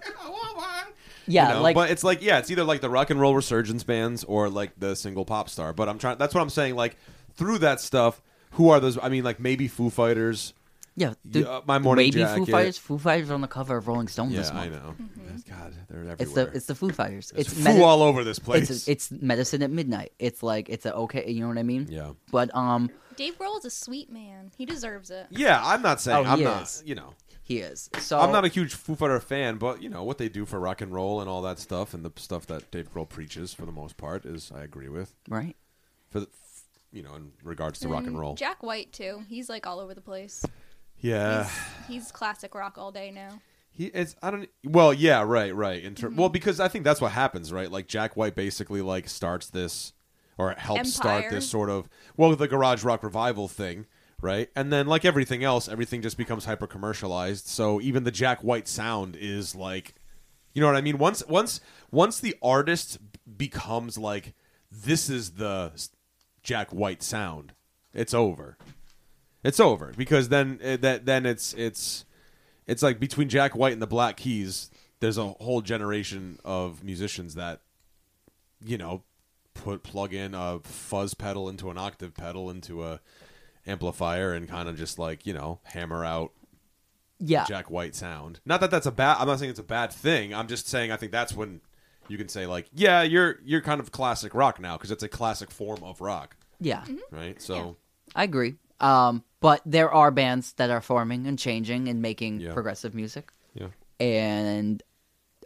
Speaker 3: yeah,
Speaker 2: You know,
Speaker 3: like
Speaker 2: but it's like yeah, it's either like the rock and roll resurgence bands or like the single pop star. But I'm trying. That's what I'm saying. Like through that stuff, who are those? I mean, like maybe Foo Fighters.
Speaker 3: yeah,
Speaker 2: Yeah,
Speaker 3: dude,
Speaker 2: uh, my morning
Speaker 3: maybe Foo
Speaker 2: jacket.
Speaker 3: Fighters. Foo Fighters are on the cover of Rolling Stone
Speaker 2: Yeah,
Speaker 3: this month.
Speaker 2: I know.
Speaker 4: Mm-hmm.
Speaker 2: God, they're everywhere.
Speaker 3: It's the it's the Foo Fighters.
Speaker 2: There's
Speaker 3: It's
Speaker 2: Foo
Speaker 3: medi-
Speaker 2: all over this place.
Speaker 3: it's it's medicine at midnight. It's like it's a okay, you know what I mean?
Speaker 2: yeah.
Speaker 3: But um,
Speaker 4: Dave Grohl's a sweet man. He deserves it.
Speaker 2: Yeah, I'm not saying
Speaker 3: Oh, he
Speaker 2: I'm not.
Speaker 3: is. Oh.
Speaker 2: You know,
Speaker 3: he is. So
Speaker 2: I'm not a huge Foo Fighter fan, but you know what they do for rock and roll and all that stuff, and the stuff that Dave Grohl preaches for the most part is I agree with.
Speaker 3: right.
Speaker 2: For the, you know, in regards to rock and roll,
Speaker 4: Jack White too. He's like all over the place.
Speaker 2: yeah,
Speaker 4: He's classic rock all day now.
Speaker 2: He it's I don't e, well yeah right right in ter- well because I think that's what happens right like Jack White basically like starts this or helps start
Speaker 4: Empire.
Speaker 2: this sort of well the garage rock revival thing right and then like everything else everything just becomes hyper commercialized so even the Jack White sound is like you know what I mean once once once the artist becomes like this is the s- Jack White sound it's over it's over because then uh, that then it's it's it's like between Jack White and the Black Keys, there's a whole generation of musicians that, you know, put plug in a fuzz pedal into an octave pedal into a amplifier and kind of just like you know hammer out
Speaker 3: Yeah.
Speaker 2: Jack White sound. Not that that's a bad. I'm not saying it's a bad thing. I'm just saying I think that's when you can say like, yeah, you're you're kind of classic rock now because it's a classic form of rock,
Speaker 3: Yeah.
Speaker 2: right? So.
Speaker 3: I agree. Um, but there are bands that are forming and changing and making
Speaker 2: Yeah.
Speaker 3: progressive music.
Speaker 2: Yeah.
Speaker 3: And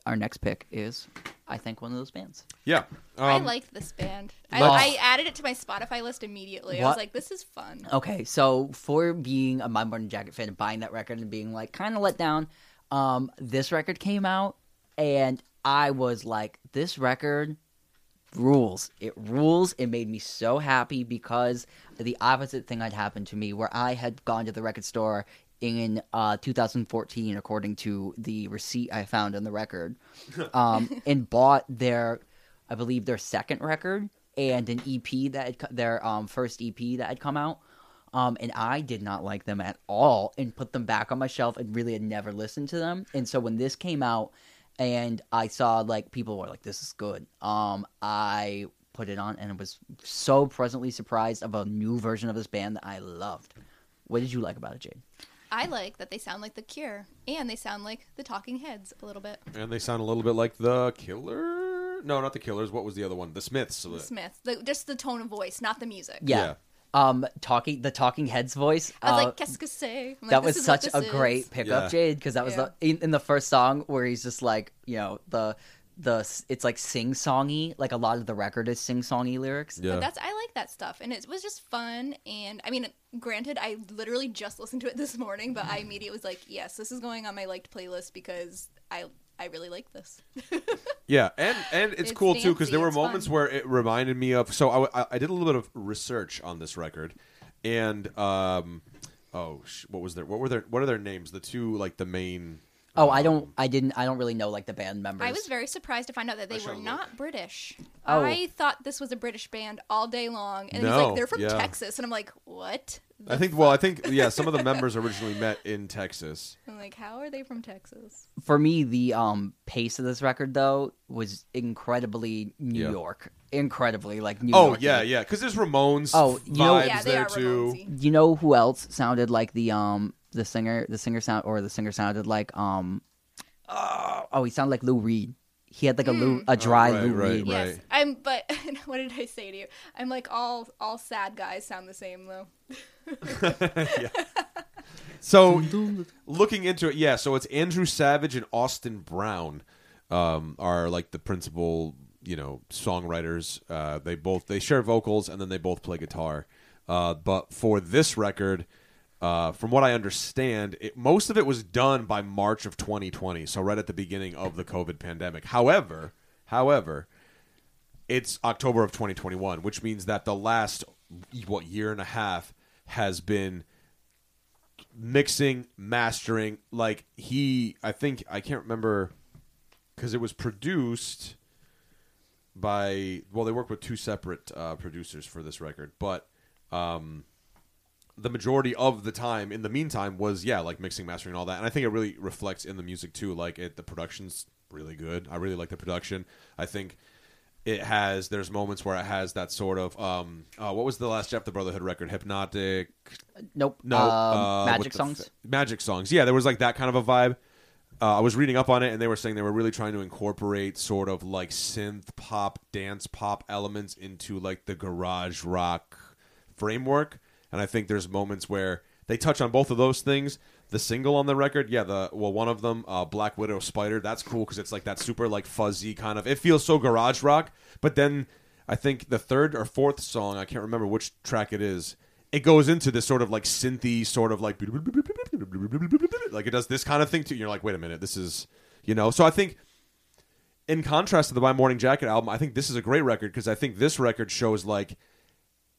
Speaker 3: our next pick is, I think, one of those bands.
Speaker 2: Yeah.
Speaker 4: I
Speaker 2: Um,
Speaker 4: like this band. I,
Speaker 3: let's-
Speaker 4: I added it to my Spotify list immediately. I
Speaker 3: What? Oh.
Speaker 4: was like, this is fun.
Speaker 3: Okay, so for being a My Morning Jacket fan and buying that record and being like kind of let down, um, this record came out and I was like, this record rules. It rules. It made me so happy because the opposite thing had happened to me where I had gone to the record store in uh, 2014, according to the receipt I found on the record, um, and bought their, I believe, their second record and an EP that had, co- their um, first EP that had come out. Um, and I did not like them at all and put them back on my shelf and really had never listened to them. And so when this came out and I saw like people were like, this is good, um, I put it on and was so pleasantly surprised of a new version of this band that I loved. What did you like about it, Jade?
Speaker 4: I like that they sound like The Cure and they sound like the Talking Heads a little bit.
Speaker 2: And they sound a little bit like the Killer. No, not the Killers. What was the other one? The Smiths.
Speaker 4: The Smith, the, just the tone of voice, not the music.
Speaker 2: Yeah.
Speaker 3: Um, talking the Talking Heads voice.
Speaker 4: I was
Speaker 3: uh,
Speaker 4: like, qu'est-ce que c'est? I'm like,
Speaker 3: that
Speaker 4: this
Speaker 3: was
Speaker 4: is what
Speaker 3: such a
Speaker 4: this is.
Speaker 3: great pickup,
Speaker 2: Yeah.
Speaker 3: Jade, because that was
Speaker 4: Yeah.
Speaker 3: the in, in the first song where he's just like, you know, the the s- it's like sing songy, like a lot of the record is sing songy lyrics.
Speaker 2: Yeah.
Speaker 4: But that's I like that stuff, and it was just fun. And I mean, granted, I literally just listened to it this morning, but I immediately was like, yes, this is going on my liked playlist because I I really like this.
Speaker 2: Yeah, and and it's,
Speaker 4: It's
Speaker 2: cool too because
Speaker 4: fancy,
Speaker 2: there were
Speaker 4: it's
Speaker 2: moments
Speaker 4: fun.
Speaker 2: where it reminded me of. So I, I- I did a little bit of research on this record, and um, oh, sh- what was their what were their what are their names? The two like the main.
Speaker 3: Oh, I don't, I didn't, I don't really know like the band members.
Speaker 4: I was very surprised to find out that they
Speaker 2: shall
Speaker 4: were
Speaker 2: look.
Speaker 4: not British.
Speaker 3: Oh.
Speaker 4: I thought this was a British band all day long, and he's
Speaker 2: No,
Speaker 4: like, they're from
Speaker 2: yeah.
Speaker 4: Texas, and I'm like, what?
Speaker 2: I think well, I think yeah, some of the members originally met in Texas.
Speaker 4: I'm like, how are they from Texas?
Speaker 3: for me, the um pace of this record though was incredibly New
Speaker 2: Yeah.
Speaker 3: York, incredibly like New
Speaker 2: Oh
Speaker 3: York.
Speaker 2: yeah, yeah, because there's Ramones.
Speaker 3: Oh, you know-
Speaker 2: vibes
Speaker 4: yeah, they
Speaker 2: there
Speaker 4: are
Speaker 2: too.
Speaker 4: Ramonesy.
Speaker 3: You know who else sounded like the um the singer the singer sound or the singer sounded like um uh, oh he sounded like Lou Reed. He had like a
Speaker 4: Mm.
Speaker 3: Lou a dry
Speaker 2: right,
Speaker 3: Lou
Speaker 2: right,
Speaker 3: Reed.
Speaker 2: right.
Speaker 4: Yes, I'm. But what did I say to you? I'm like all all sad guys sound the same though.
Speaker 2: So looking into it, yeah. So it's Andrew Savage and Austin Brown um, are like the principal, you know, songwriters. Uh, they both they share vocals and then they both play guitar. Uh, but for this record, uh, from what I understand, it, most of it was done by March of 2020, so right at the beginning of the COVID pandemic. However, however, it's October of 2021, which means that the last what year and a half has been mixing, mastering. Like he, I think I can't remember because it was produced by. Well, they worked with two separate uh, producers for this record, but um, the majority of the time in the meantime was yeah like mixing mastering and all that and i think it really reflects in the music too like it the production's really good i really like the production i think it has there's moments where it has that sort of um uh, what was the last jeff the brotherhood record hypnotic
Speaker 3: Nope.
Speaker 2: no
Speaker 3: Um,
Speaker 2: uh,
Speaker 3: magic
Speaker 2: with the
Speaker 3: songs.
Speaker 2: f- magic songs yeah there was like that kind of a vibe uh, i was reading up on it and they were saying they were really trying to incorporate sort of like synth pop dance pop elements into like the garage rock framework and i think there's moments where they touch on both of those things the single on the record yeah the well one of them uh, black widow spider that's cool because it's like that super like fuzzy kind of it feels so garage rock but then i think the third or fourth song i can't remember which track it is it goes into this sort of like synthy sort of like like it does this kind of thing too. You're like, wait a minute, this is you know. So I think in contrast to the My Morning Jacket album, I think this is a great record because I think this record shows like,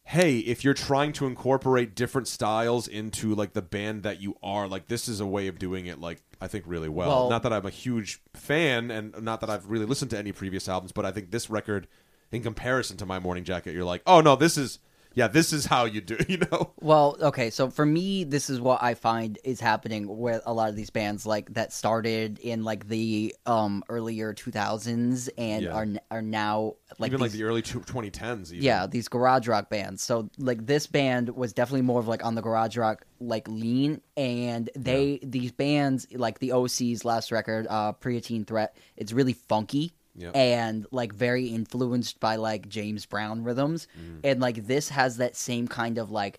Speaker 2: hey, if you're trying to incorporate different styles into like the band that you are, like this is a way of doing it. Like I think really well.
Speaker 3: Well-
Speaker 2: not that I'm a huge fan, and not that I've really listened to any previous albums, but I think this record, in comparison to My Morning Jacket, you're like, oh no, this is yeah, this is how you do. You know,
Speaker 3: Well, okay, so for me, this is what I find is happening with a lot of these bands, like that started in like the um earlier two thousands and
Speaker 2: Yeah.
Speaker 3: are n- are now like
Speaker 2: even like
Speaker 3: these-
Speaker 2: the early two- 2010s. Even.
Speaker 3: yeah these garage rock bands. So like this band was definitely more of like on the garage rock like lean, and they these bands like the OC's last record, uh, Preteen Threat, it's really funky.
Speaker 2: Yeah.
Speaker 3: And like very influenced by like James Brown rhythms, and like this has that same kind of like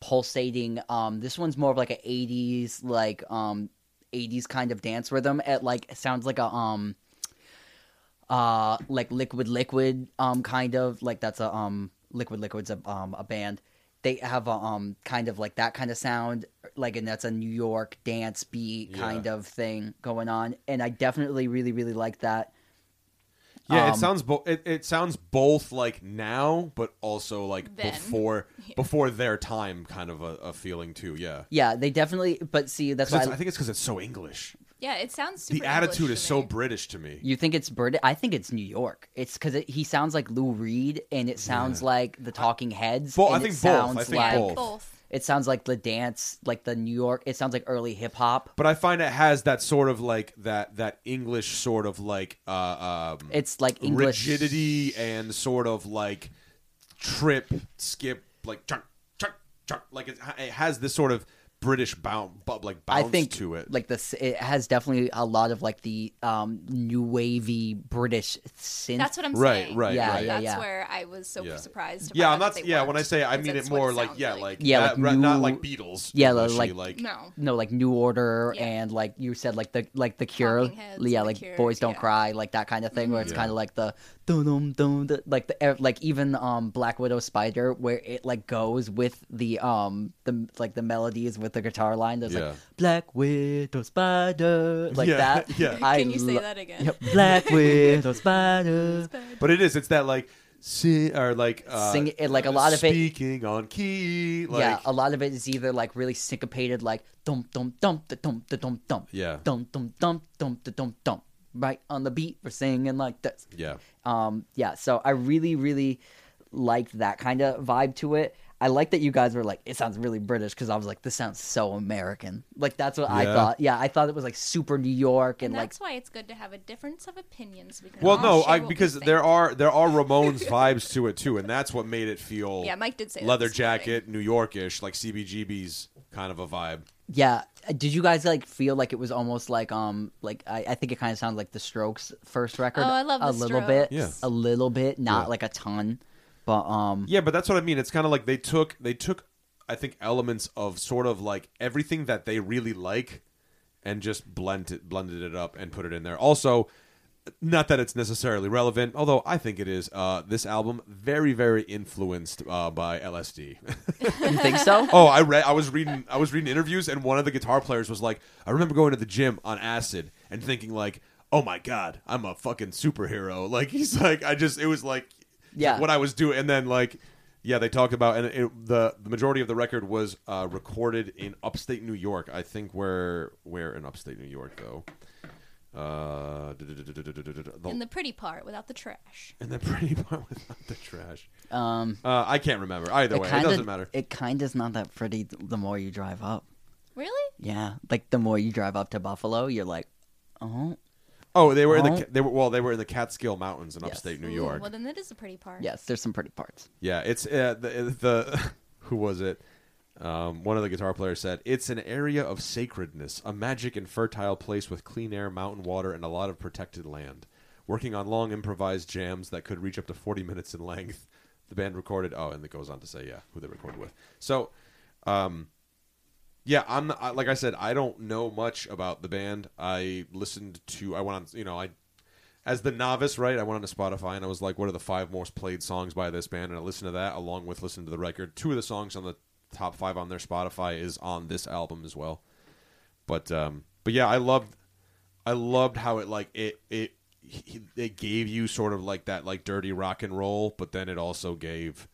Speaker 3: pulsating um this one's more of like a 80s like um 80s kind of dance rhythm at like sounds like a um uh like liquid liquid um kind of like that's a um liquid liquid's a um a band they have a um kind of like that kind of sound like and that's a New York dance beat
Speaker 2: Yeah.
Speaker 3: kind of thing going on and I definitely really really like that
Speaker 2: Yeah, it
Speaker 3: Um,
Speaker 2: sounds bo- it, it sounds both like now, but also like
Speaker 4: Then.
Speaker 2: before
Speaker 4: Yeah.
Speaker 2: before their time, kind of a, a feeling too. Yeah,
Speaker 3: yeah they definitely but see that's
Speaker 2: 'Cause
Speaker 3: why
Speaker 2: it's-
Speaker 3: I-
Speaker 2: I think it's because it's so English.
Speaker 4: Yeah, it sounds super
Speaker 2: The attitude
Speaker 4: English
Speaker 2: is
Speaker 4: to
Speaker 2: so
Speaker 4: me.
Speaker 2: British to me.
Speaker 3: You think it's British? I think it's New York. It's because it, he sounds like Lou Reed, and it sounds like the Talking Heads.
Speaker 2: Well,
Speaker 3: and
Speaker 2: I
Speaker 3: it
Speaker 2: think both. I
Speaker 3: sounds
Speaker 2: think
Speaker 3: like,
Speaker 2: both.
Speaker 3: It sounds like the dance, like the New York. It sounds like early hip hop.
Speaker 2: But I find it has that sort of like that that English sort of like uh, um,
Speaker 3: It's like Eh, English
Speaker 2: rigidity and sort of like trip skip like chuck chuck chuck like it, it has this sort of British bounce like
Speaker 3: I
Speaker 2: bounce
Speaker 3: think
Speaker 2: to it.
Speaker 3: like this. It has definitely a lot of like the um, new wavy British synth.
Speaker 4: That's what I'm
Speaker 2: Right,
Speaker 4: saying.
Speaker 2: right,
Speaker 3: Yeah, right. yeah, yeah.
Speaker 4: That's where I was so
Speaker 2: Yeah.
Speaker 4: surprised.
Speaker 2: yeah,
Speaker 4: by
Speaker 2: I'm
Speaker 4: that
Speaker 2: not.
Speaker 4: they
Speaker 2: Yeah,
Speaker 4: weren't,
Speaker 2: when I say I
Speaker 4: because
Speaker 2: mean
Speaker 4: that's
Speaker 2: it
Speaker 4: what
Speaker 2: more like
Speaker 4: sounds
Speaker 2: yeah, like
Speaker 3: Yeah,
Speaker 2: that-
Speaker 3: like
Speaker 2: ra- not
Speaker 3: new-
Speaker 2: like Beatles.
Speaker 3: Yeah,
Speaker 2: especially, like
Speaker 3: like-
Speaker 4: no.
Speaker 3: no, like New Order
Speaker 4: Yeah.
Speaker 3: and like you said, like the like the Cure,
Speaker 4: Talking Heads,
Speaker 3: yeah,
Speaker 4: The
Speaker 3: like
Speaker 4: Cure,
Speaker 3: Boys Don't
Speaker 4: yeah. Mm-hmm.
Speaker 3: Cry, like that kind of thing, where it's
Speaker 2: Mhm.
Speaker 3: kind of like the dum dum dum, dum, like the eh, like even um Black Widow Spider, where it like goes with the um the like the melodies with the guitar line. There's
Speaker 2: Yeah.
Speaker 3: like Black Widow Spider, like
Speaker 2: Yeah,
Speaker 3: that.
Speaker 2: yeah. Can
Speaker 4: Can you say
Speaker 3: lo-
Speaker 4: that again?
Speaker 3: Yep, Black Widow Spider.
Speaker 2: But it is. It's that like sing or like uh,
Speaker 3: Sing- it- like, a lot of it-
Speaker 2: speaking on key. Like,
Speaker 3: yeah, a lot of it is either like really syncopated, like dum dum dum da dum da dum dum.
Speaker 2: Yeah.
Speaker 3: Dum dum dum dum da dum dum. Right on the beat, we're singing like this.
Speaker 2: yeah.
Speaker 3: Um, yeah. So I really, really liked that kind of vibe to it. I like that you guys were like, it sounds really British because I was like, this sounds so American. Like that's what I
Speaker 2: Yeah.
Speaker 3: thought. Yeah, I thought it was like super New York and,
Speaker 4: And
Speaker 3: like
Speaker 4: that's why it's good to have a difference of opinions. We can
Speaker 2: Well,
Speaker 4: all
Speaker 2: no,
Speaker 4: share
Speaker 2: I,
Speaker 4: what we
Speaker 2: because
Speaker 4: think.
Speaker 2: there are there are Ramones vibes to it too, and that's what made it feel
Speaker 4: Yeah, Mike did say that
Speaker 2: leather
Speaker 4: this morning.
Speaker 2: jacket, New Yorkish, like CBGB's kind of a vibe.
Speaker 3: yeah. Did you guys like feel like it was almost like um like I, I think it kind of sounds like the Strokes first record.
Speaker 4: Oh, I love
Speaker 3: a
Speaker 4: The
Speaker 3: little bit,
Speaker 2: Yeah.
Speaker 3: a little bit, not
Speaker 2: Yeah.
Speaker 3: like a ton, but um
Speaker 2: Yeah, but that's what I mean. It's kind of like they took they took I think elements of sort of like everything that they really like and just blended it, blended it up and put it in there. Also, not that it's necessarily relevant, although I think it is. Uh, this album very very influenced uh, by LSD.
Speaker 3: you think so?
Speaker 2: oh, I read I was reading I was reading interviews and one of the guitar players was like, I remember going to the gym on acid and thinking like, "Oh my god, I'm a fucking superhero." Like he's like I just it was like
Speaker 3: Yeah.
Speaker 2: what I was doing and then like yeah, they talked about and it, the the majority of the record was uh, recorded in upstate New York. I think where where in upstate New York though. Uh, the,
Speaker 4: in the pretty part without the trash.
Speaker 2: in the pretty part without the trash.
Speaker 3: Um,
Speaker 2: Uh, I can't remember either way. it doesn't matter.
Speaker 3: It kind of is not that pretty th- the more you drive up.
Speaker 4: Really?
Speaker 3: Yeah, like the more you drive up to Buffalo, you're like, oh,
Speaker 2: Oh, they were in
Speaker 3: Oh.
Speaker 2: the Ca- they were well, they were in the Catskill Mountains in
Speaker 3: Yes.
Speaker 2: upstate New
Speaker 4: Ooh,
Speaker 2: York.
Speaker 4: well, then that is the pretty part.
Speaker 3: yes, there's some pretty parts.
Speaker 2: yeah, it's uh, the, the who was it? Um, one of the guitar players said, "It's an area of sacredness, a magic and fertile place with clean air, mountain water, and a lot of protected land. Working on long improvised jams that could reach up to 40 minutes in length." The band recorded. Oh, and it goes on to say, yeah, who they recorded with. So, um, yeah, I'm I, like I said, I don't know much about the band. I listened to, I went on, you know, I as the novice, right? I went on to Spotify and I was like, what are the five most played songs by this band? And I listened to that along with listening to the record. Two of the songs on the top five on their Spotify is on this album as well. But um, but yeah, I loved I loved how it like it it he- it gave you sort of like that like dirty rock and roll, but then it also gave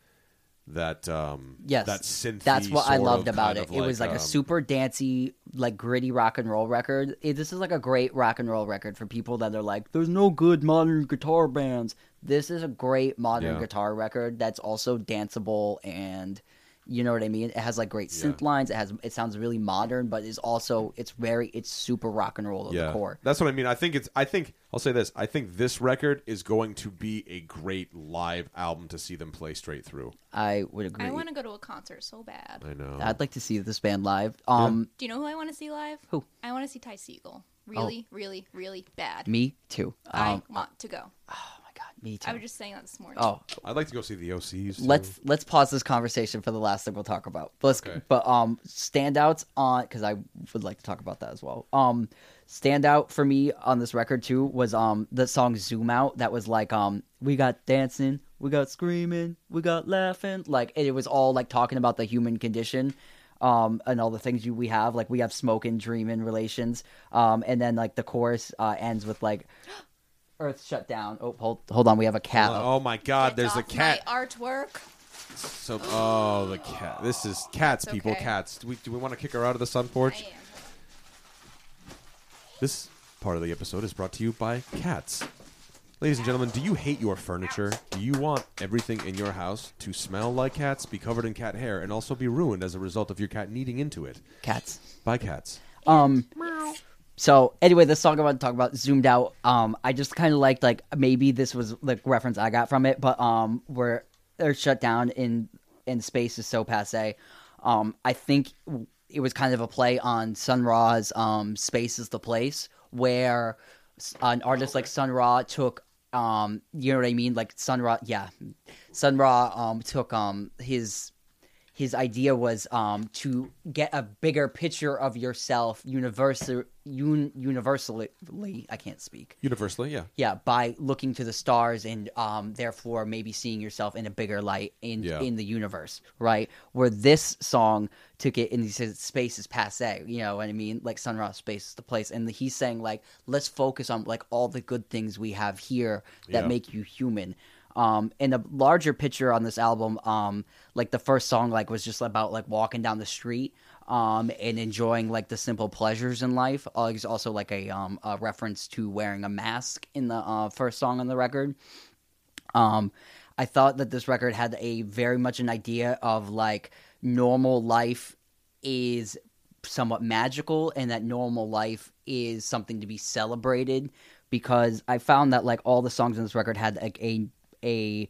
Speaker 2: that um
Speaker 3: Yes,
Speaker 2: that synth
Speaker 3: That's what I loved about it. It was like
Speaker 2: um,
Speaker 3: a super dancey, like gritty rock and roll record. It, this is like a great rock and roll record for people that are like, "There's no good modern guitar bands." This is a great modern
Speaker 2: Yeah.
Speaker 3: guitar record that's also danceable and, you know what I mean. It has like great synth
Speaker 2: Yeah.
Speaker 3: lines. It has it sounds really modern, but it's also it's very it's super rock and roll at the core.
Speaker 2: That's what I mean. I think it's. I think I'll say this. I think this record is going to be a great live album to see them play straight through.
Speaker 3: I would agree.
Speaker 4: I want to go to a concert so bad.
Speaker 2: I know.
Speaker 3: I'd like to see this band live. Um,
Speaker 4: Do you know who I want to see live?
Speaker 3: Who? Oh.
Speaker 4: I want to see Ty Segall. Really, really, really bad.
Speaker 3: me too.
Speaker 4: I
Speaker 3: Um,
Speaker 4: want to go.
Speaker 3: oh my god, me too.
Speaker 4: I was just saying that this morning.
Speaker 3: oh,
Speaker 2: I'd like to go see the OCs. too.
Speaker 3: let's let's pause this conversation for the last thing we'll talk about. But let's,
Speaker 2: Okay.
Speaker 3: but um standouts on because I would like to talk about that as well. Um, standout for me on this record too was um the song "Zoom Out" that was like um we got dancing, we got screaming, we got laughing, like and it was all like talking about the human condition. Um, and all the things you we have like we have smoke and dream and relations um and then like the chorus uh ends with like earth shut down oh hold hold on we have a cat
Speaker 2: Oh my God!
Speaker 4: Get
Speaker 2: There's a
Speaker 4: off
Speaker 2: cat.
Speaker 4: My artwork.
Speaker 2: So, oh, the cat. This is cats,
Speaker 4: It's
Speaker 2: people.
Speaker 4: okay.
Speaker 2: Cats. Do we, do we want to kick her out of the sun
Speaker 4: I
Speaker 2: porch?
Speaker 4: am.
Speaker 2: This part of the episode is brought to you by cats. Ladies and gentlemen, do you hate your furniture? Do you want everything in your house to smell like cats, be covered in cat hair, and also be ruined as a result of your cat kneading into it?
Speaker 3: cats
Speaker 2: By cats.
Speaker 3: Um, so anyway, this song I want to talk about zoomed out. Um, I just kind of liked like maybe this was like reference I got from it, but um, where they're shut down in in space is so passe. Um, I think it was kind of a play on Sun Ra's um, "Space Is the Place," where s- an artist like Sun Ra took um, you know what I mean, like Sun Ra, yeah, Sun Ra um took um his his idea was um, to get a bigger picture of yourself universal, un, universally. I can't speak.
Speaker 2: Universally, yeah.
Speaker 3: Yeah, by looking to the stars and um, therefore maybe seeing yourself in a bigger light in
Speaker 2: Yeah.
Speaker 3: in the universe, right? Where this song took it and he says space is passe, you know what I mean? Like Sun Ra, space is the place, and he's saying like let's focus on like all the good things we have here
Speaker 2: Yeah.
Speaker 3: that make make you human. Um, in the larger picture on this album, um, like the first song, like was just about like walking down the street, um, and enjoying like the simple pleasures in life. Uh, it's also like a um a reference to wearing a mask in the uh, first song on the record. Um, I thought that this record had a very much an idea of like normal life is somewhat magical and that normal life is something to be celebrated because I found that like all the songs in this record had like a a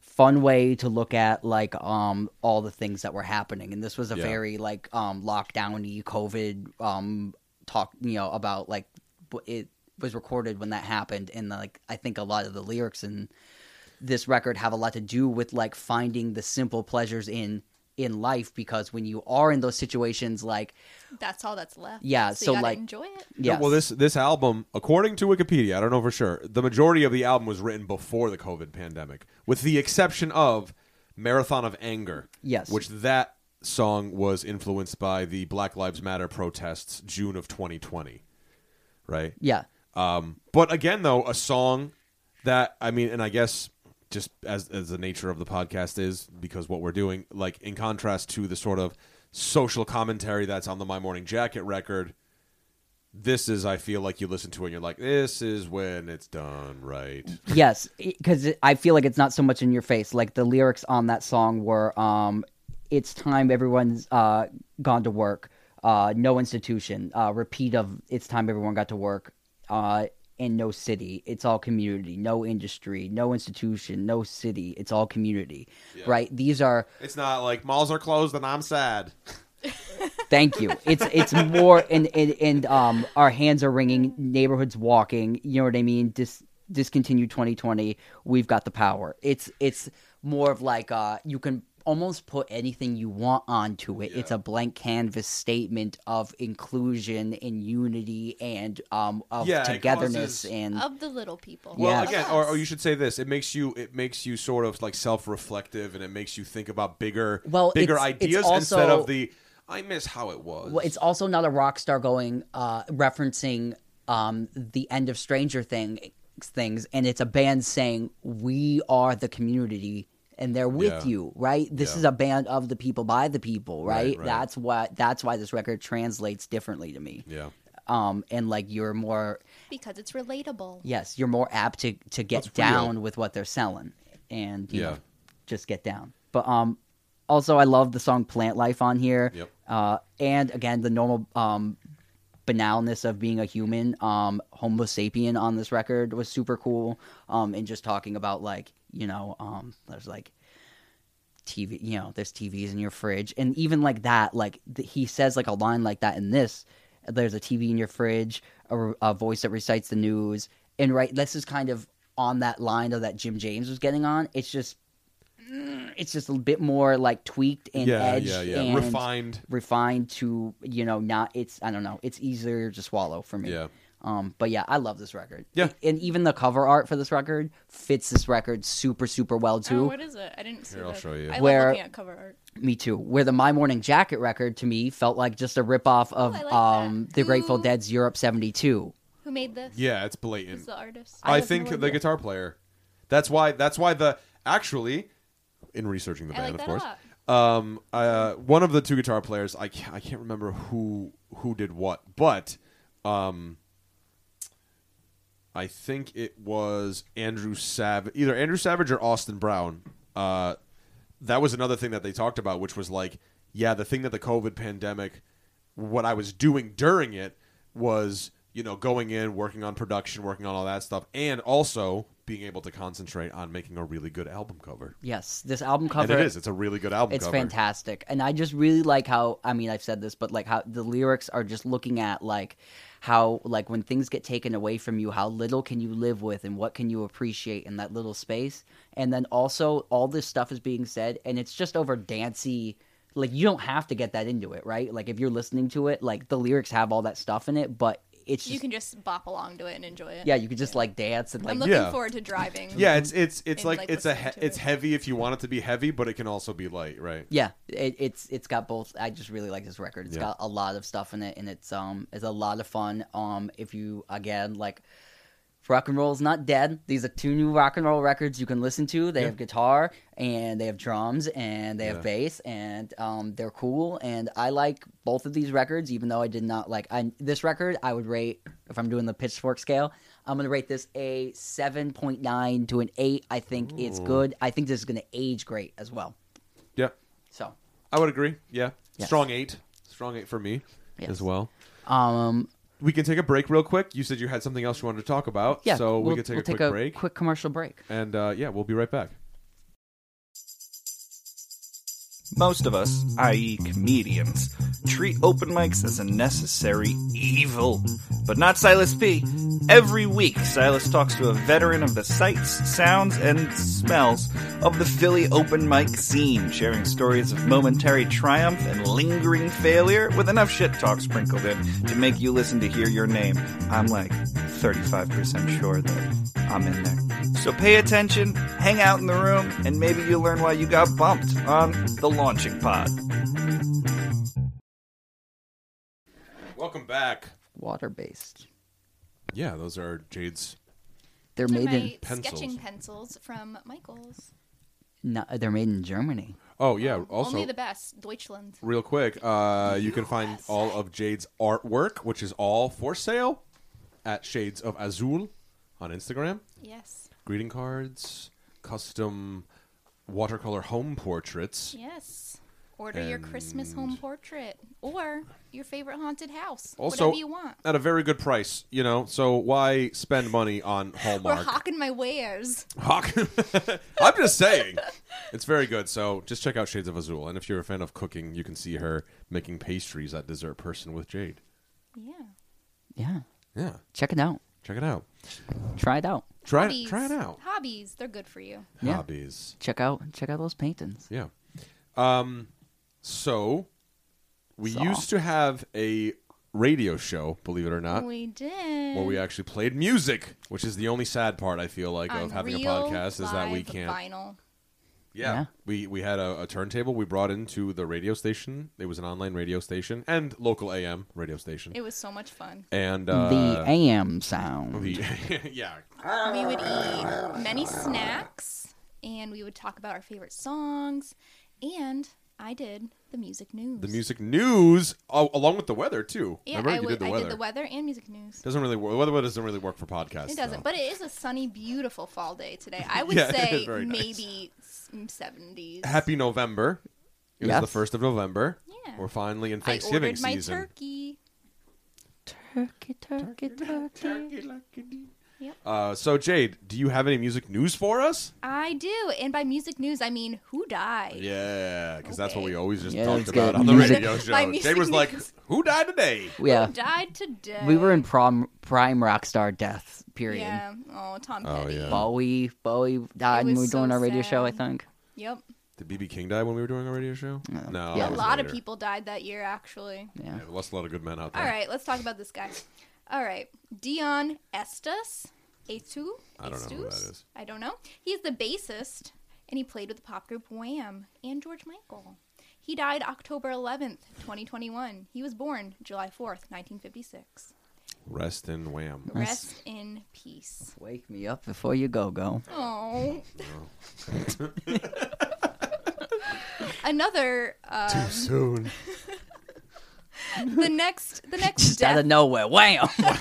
Speaker 3: fun way to look at like um all the things that were happening and this was a
Speaker 2: Yeah.
Speaker 3: very like um lockdowny covid um talk you know about like w- it was recorded when that happened and like I think a lot of the lyrics and this record have a lot to do with like finding the simple pleasures in in life because when you are in those situations like
Speaker 4: That's all that's left.
Speaker 3: Yeah,
Speaker 4: So,
Speaker 3: so,
Speaker 4: you gotta
Speaker 3: like-
Speaker 4: enjoy it.
Speaker 3: yeah
Speaker 2: Well, this this album, according to Wikipedia, I don't know for sure. The majority of the album was written before the COVID pandemic, with the exception of "Marathon of Anger."
Speaker 3: Yes.
Speaker 2: which that song was influenced by the Black Lives Matter protests, June of 2020. Right.
Speaker 3: yeah
Speaker 2: But again, though, a song that I mean, and I guess just as as the nature of the podcast is, because what we're doing, like in contrast to the sort of social commentary that's on the My Morning Jacket record, this is I feel like you listen to it and you're like, this is when it's done right.
Speaker 3: yes because i feel like it's not so much in your face like the lyrics on that song were um it's time everyone's uh gone to work uh no institution uh repeat of it's time everyone got to work uh in no city it's all community no industry no institution no city it's all community
Speaker 2: Yeah.
Speaker 3: right these are
Speaker 2: It's not like malls are closed and I'm sad.
Speaker 3: Thank you. It's it's more and and, and um our hands are ringing, neighborhoods walking. You know what I mean? Dis discontinue 2020. We've got the power. It's it's more of like uh you can almost put anything you want onto it. It's
Speaker 2: Yeah.
Speaker 3: a blank canvas statement of inclusion and unity and um of
Speaker 2: Yeah, it
Speaker 3: togetherness
Speaker 2: causes-
Speaker 3: and
Speaker 4: of the little people.
Speaker 2: Well,
Speaker 3: Yes.
Speaker 2: again, or, or you should say this: it makes you it makes you sort of like self reflective, and it makes you think about bigger
Speaker 3: Well,
Speaker 2: bigger
Speaker 3: it's- it's
Speaker 2: ideas instead
Speaker 3: also-
Speaker 2: of the I miss how it was.
Speaker 3: Well, it's also not a rock star going uh, referencing um, the end of Stranger Thing things, and it's a band saying we are the community, and they're with
Speaker 2: Yeah.
Speaker 3: you, right? This
Speaker 2: Yeah.
Speaker 3: is a band of the people by the people, right?
Speaker 2: right.
Speaker 3: That's what. That's why this record translates differently to me.
Speaker 2: yeah,
Speaker 3: Um, and like you're more,
Speaker 4: because it's relatable.
Speaker 3: yes, you're more apt to to get
Speaker 2: That's real.
Speaker 3: down with what they're selling, and you
Speaker 2: Yeah.
Speaker 3: know, just get down. But um, also I love the song "Plant Life" on here.
Speaker 2: Yep.
Speaker 3: Uh, and again, the normal um, banalness of being a human, um, Homo sapien on this record was super cool. Um, and just talking about like you know, um, there's like TV, you know, there's TVs in your fridge, and even like that, like th- he says like a line like that in this. There's a TV in your fridge, a, re- a voice that recites the news, and right, this is kind of on that line of that Jim James was getting on. It's just. mm, It's just a bit more like tweaked and
Speaker 2: yeah,
Speaker 3: edged
Speaker 2: yeah, yeah,
Speaker 3: and
Speaker 2: refined.
Speaker 3: refined to you know not it's i don't know it's easier to swallow for me
Speaker 2: Yeah.
Speaker 3: um but yeah i love this record
Speaker 2: Yeah.
Speaker 3: and even the cover art for this record fits this record super super well
Speaker 4: Oh,
Speaker 3: too
Speaker 4: what is it? I didn't see
Speaker 2: Here, I'll
Speaker 4: that.
Speaker 2: show you.
Speaker 4: I
Speaker 3: Where-
Speaker 4: love looking at cover art.
Speaker 3: me too where the my morning jacket record to me felt like just a ripoff of
Speaker 2: Oh,
Speaker 4: I like
Speaker 3: um
Speaker 4: that.
Speaker 3: the grateful
Speaker 2: Mm-hmm.
Speaker 4: Who-
Speaker 3: dead's europe 72
Speaker 4: Who made this?
Speaker 2: Yeah, it's
Speaker 4: Who's
Speaker 2: blatant.
Speaker 4: the artist?
Speaker 2: I,
Speaker 4: have
Speaker 2: think
Speaker 4: no
Speaker 2: the
Speaker 4: idea.
Speaker 2: guitar player. That's why. That's why the actually, in researching the
Speaker 4: I like
Speaker 2: band,
Speaker 4: that
Speaker 2: of
Speaker 4: a
Speaker 2: course,
Speaker 4: lot.
Speaker 2: um, uh, one of the two guitar players. I can't, I can't remember who who did what, but um, I think it was Andrew Savage, either Andrew Savage or Austin Brown. Uh, that was another thing that they talked about, which was like, yeah, the thing that the COVID pandemic, what I was doing during it was, you know, going in, working on production, working on all that stuff, and also being able to concentrate on making a really good album cover.
Speaker 3: yes this album
Speaker 2: And
Speaker 3: cover
Speaker 2: it is. It's a really good album
Speaker 3: it's
Speaker 2: cover.
Speaker 3: fantastic and i just really like how i mean i've said this but like how the lyrics are just looking at like how like when things get taken away from you how little can you live with and what can you appreciate in that little space and then also all this stuff is being said and it's just over dancey like you don't have to get that into it right like if you're listening to it like the lyrics have all that stuff in it but it's just
Speaker 4: You can just bop along to it and enjoy it.
Speaker 3: yeah you could just like dance and
Speaker 4: I'm
Speaker 3: like
Speaker 4: looking
Speaker 2: Yeah.
Speaker 4: forward to driving.
Speaker 2: Yeah,
Speaker 3: Mm-hmm.
Speaker 2: it's it's it's
Speaker 4: And,
Speaker 2: like,
Speaker 4: like,
Speaker 2: it's a he-
Speaker 4: listening to
Speaker 2: it's
Speaker 4: it.
Speaker 2: heavy if you want it to be heavy, but it can also be light, right?
Speaker 3: Yeah, it, it's it's got both. I just really like this record. It's
Speaker 2: Yeah.
Speaker 3: got a lot of stuff in it, and it's um it's a lot of fun. Um, if you again like, rock and roll is not dead. These are two new rock and roll records you can listen to. They
Speaker 2: Yeah.
Speaker 3: have guitar and they have drums and they
Speaker 2: Yeah.
Speaker 3: have bass and um they're cool. And I like both of these records, even though I did not like I this record. I would rate if I'm doing the pitchfork scale. I'm gonna rate this a seven point nine to an eight. I think it's
Speaker 2: Ooh.
Speaker 3: good. I think this is gonna age great as well.
Speaker 2: Yeah,
Speaker 3: So.
Speaker 2: I would agree. Yeah,
Speaker 3: Yes.
Speaker 2: strong eight, strong eight for me
Speaker 3: Yes.
Speaker 2: as well.
Speaker 3: Um,
Speaker 2: We can take a break real quick. You said you had something else you wanted to talk about,
Speaker 3: yeah,
Speaker 2: so
Speaker 3: we'll-
Speaker 2: we can take
Speaker 3: we'll
Speaker 2: a quick break,
Speaker 3: Quick commercial break.
Speaker 2: and uh, yeah, we'll be right back.
Speaker 1: Most of us, i.e., comedians, treat open mics as a necessary evil. But not Silas P. Every week, Silas talks to a veteran of the sights, sounds, and smells of the Philly open mic scene, sharing stories of momentary triumph and lingering failure with enough shit talk sprinkled in to make you listen to hear your name. I'm like 35% sure that I'm in there. So pay attention, hang out in the room, and maybe you'll learn why you got bumped on the launching pod.
Speaker 2: Welcome back.
Speaker 3: Water based.
Speaker 2: Yeah, those are Jade's.
Speaker 3: They're
Speaker 4: Those are
Speaker 3: made
Speaker 4: my
Speaker 3: in
Speaker 2: Pencils.
Speaker 4: sketching pencils from Michaels.
Speaker 3: no, they're made in Germany.
Speaker 2: Oh yeah. Also,
Speaker 4: Um, Only the best, Deutschland.
Speaker 2: real quick, uh, you can find all of Jade's artwork, which is all for sale, at Shades of Azul on Instagram.
Speaker 4: Yes,
Speaker 2: Greeting cards, custom watercolor home portraits.
Speaker 4: yes. Order your Christmas home
Speaker 2: And-
Speaker 4: portrait or your favorite haunted house.
Speaker 2: Also-
Speaker 4: whatever you want.
Speaker 2: At a very good price, you know. So why spend money on
Speaker 4: We're
Speaker 2: Hallmark?
Speaker 4: hawking my wares.
Speaker 2: Hawk. I'm just saying. It's very good. So just check out Shades of Azul. And if you're a fan of cooking, you can see her making pastries at Dessert Person with Jade.
Speaker 4: Yeah.
Speaker 3: Yeah,
Speaker 2: Yeah.
Speaker 3: check it out.
Speaker 2: Check it out.
Speaker 3: Try it out.
Speaker 2: Try
Speaker 4: Hobbies.
Speaker 2: it try it out.
Speaker 4: Hobbies, they're good for you.
Speaker 3: Yeah.
Speaker 2: Hobbies.
Speaker 3: Check out check out those paintings.
Speaker 2: Yeah. Um, so we
Speaker 3: Saw.
Speaker 2: used to have a radio show, believe it or not,
Speaker 4: we did.
Speaker 2: where we actually played music, which is the only sad part I feel like
Speaker 4: On
Speaker 2: of having a
Speaker 4: real
Speaker 2: podcast is that we
Speaker 4: live
Speaker 2: can't.
Speaker 4: Vinyl.
Speaker 2: Yeah.
Speaker 3: Yeah.
Speaker 2: We we had a, a turntable we brought into the radio station. It was an online radio station and local AM radio station.
Speaker 4: It was so much fun.
Speaker 2: and
Speaker 3: the
Speaker 2: uh,
Speaker 3: AM sound.
Speaker 2: the- yeah.
Speaker 4: We would eat many snacks, and we would talk about our favorite songs, and I did the music news.
Speaker 2: The music news oh, along with the weather too.
Speaker 4: Yeah,
Speaker 2: Remember
Speaker 4: I,
Speaker 2: you
Speaker 4: would,
Speaker 2: did the
Speaker 4: I
Speaker 2: weather.
Speaker 4: did the weather and music news.
Speaker 2: Doesn't really work. Weather doesn't really work for podcasts.
Speaker 4: It doesn't,
Speaker 2: though.
Speaker 4: but it is a sunny, beautiful fall day today. I would
Speaker 2: Yeah, it is
Speaker 4: say
Speaker 2: very nice.
Speaker 4: maybe seventies.
Speaker 2: Happy November. It was
Speaker 3: Yes.
Speaker 2: the first of November.
Speaker 4: Yeah.
Speaker 2: We're finally in
Speaker 4: I
Speaker 2: Thanksgiving
Speaker 4: ordered my
Speaker 2: season.
Speaker 4: turkey.
Speaker 5: Turkey, turkey, turkey.
Speaker 4: Yep.
Speaker 2: Uh, so Jade, do you have any music news for us?
Speaker 4: I do, and by music news, I mean who died.
Speaker 2: Yeah, because that's what
Speaker 4: Okay.
Speaker 2: we always just
Speaker 3: Yeah,
Speaker 2: talked
Speaker 3: let's get
Speaker 2: about on the
Speaker 3: music-
Speaker 2: radio show.
Speaker 4: My
Speaker 2: Jade
Speaker 4: music
Speaker 2: was like,
Speaker 4: news.
Speaker 2: "Who died today?"
Speaker 3: Yeah,
Speaker 4: Who died today?
Speaker 3: we were in prom, prime rock star death period.
Speaker 4: Yeah. Oh, Tom
Speaker 2: Oh,
Speaker 4: Petty.
Speaker 2: yeah.
Speaker 3: Bowie, Bowie died when
Speaker 4: was
Speaker 3: we were doing
Speaker 4: so
Speaker 3: our radio show. I
Speaker 4: sad.
Speaker 3: think.
Speaker 4: Yep.
Speaker 2: Did BB King die when we were doing our radio show? No, that
Speaker 3: Yeah.
Speaker 4: A
Speaker 2: was
Speaker 4: lot of
Speaker 2: later.
Speaker 4: people died that year, actually.
Speaker 3: Yeah.
Speaker 2: Yeah, we lost a lot of good men out there.
Speaker 4: All right, let's talk about this guy. All right, Dion Estes, Etu,
Speaker 2: I don't know who
Speaker 4: Estus?
Speaker 2: that is.
Speaker 4: I don't know. He's the bassist, and he played with the pop group Wham and George Michael. He died October 11th, 2021. He was born July 4th, 1956.
Speaker 2: Rest in wham.
Speaker 4: Rest in peace.
Speaker 3: Wake me up before you go go.
Speaker 4: Oh. Another um,
Speaker 2: Soon.
Speaker 4: the next the next
Speaker 3: Just out
Speaker 4: death
Speaker 3: of nowhere, wham!
Speaker 4: no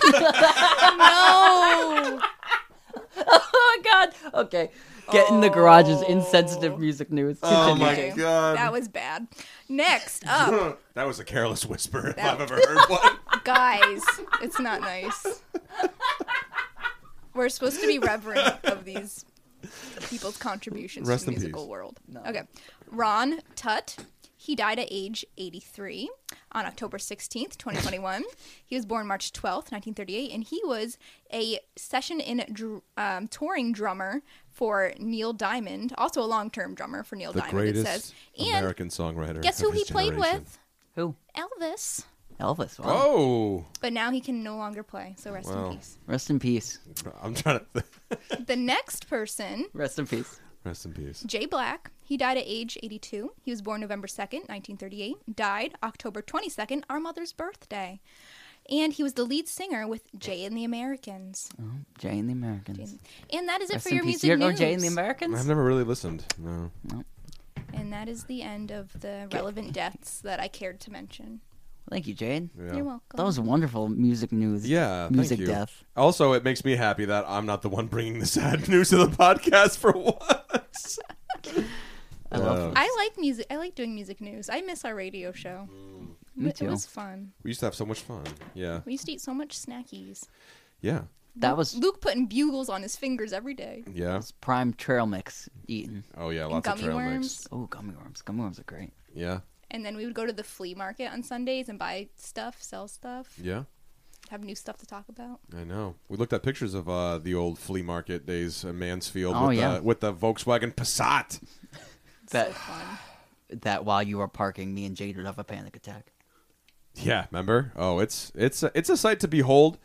Speaker 3: oh my god. Okay. Get in the garage is insensitive music news.
Speaker 2: Oh
Speaker 3: Continue.
Speaker 2: my god.
Speaker 4: that was bad next up
Speaker 2: That was a careless whisper if
Speaker 4: That-
Speaker 2: I've ever heard one.
Speaker 4: Guys, it's not nice. We're supposed to be reverent of these people's contributions
Speaker 2: Rest
Speaker 4: to the
Speaker 2: in peace.
Speaker 4: musical world. Okay. Ron Tut, he died at age 83 on October 16th, 2021. he was born March 12th, 1938, and he was a session in dr- um, touring drummer for Neil Diamond, also a long-term drummer for Neil
Speaker 2: The
Speaker 4: Diamond, it
Speaker 2: greatest
Speaker 4: says. And
Speaker 2: American songwriter.
Speaker 4: guess who he played with?
Speaker 3: Who?
Speaker 4: Elvis.
Speaker 3: Elvis. Wow.
Speaker 2: Oh,
Speaker 4: But now he can no longer play, so rest
Speaker 2: Wow.
Speaker 4: in peace.
Speaker 3: Rest in peace.
Speaker 2: I'm trying to. Th-
Speaker 4: The next person,
Speaker 3: Rest in peace.
Speaker 2: Rest in peace.
Speaker 4: Jay Black, he died at age 82. He was born November 2nd, 1938, died October 22nd, our mother's birthday. And he was the lead singer with Jay and the Americans.
Speaker 3: Jay and the Americans.
Speaker 4: And that is it
Speaker 3: Rest
Speaker 4: for
Speaker 3: in
Speaker 4: your
Speaker 3: peace.
Speaker 4: music
Speaker 3: You're- oh,
Speaker 4: news.
Speaker 3: Jay and the Americans?
Speaker 2: I've never really listened. No.
Speaker 4: and that is the end of the relevant deaths that I cared to mention.
Speaker 3: Thank you, Jade.
Speaker 2: Yeah.
Speaker 4: You're welcome.
Speaker 3: That was wonderful music news.
Speaker 2: Yeah,
Speaker 3: Music
Speaker 2: thank you.
Speaker 3: death.
Speaker 2: Also, it makes me happy that I'm not the one bringing the sad news to the podcast for once.
Speaker 3: I love
Speaker 4: I like music. I like doing music news. I miss our radio show.
Speaker 2: Mm.
Speaker 3: Me
Speaker 4: It
Speaker 3: too.
Speaker 4: was fun.
Speaker 2: We used to have so much fun. Yeah,
Speaker 4: We used to eat so much snackies.
Speaker 2: yeah,
Speaker 3: That was
Speaker 4: Luke putting bugles on his fingers every day.
Speaker 2: yeah.
Speaker 3: prime trail mix eaten.
Speaker 2: Oh yeah, lots of
Speaker 4: gummy
Speaker 2: trail mix.
Speaker 4: worms.
Speaker 3: Oh, gummy worms. Gummy worms are great.
Speaker 2: Yeah,
Speaker 4: And then we would go to the flea market on Sundays and buy stuff, sell stuff,
Speaker 2: yeah.
Speaker 4: have new stuff to talk about.
Speaker 2: I know. We looked at pictures of uh, the old flea market days in Mansfield
Speaker 3: Oh,
Speaker 2: with,
Speaker 3: yeah.
Speaker 2: the, with the Volkswagen Passat.
Speaker 3: That
Speaker 4: So fun.
Speaker 3: that while you were parking, me and Jade would have a panic attack.
Speaker 2: Yeah, remember? Oh, it's it's a, it's a sight to behold.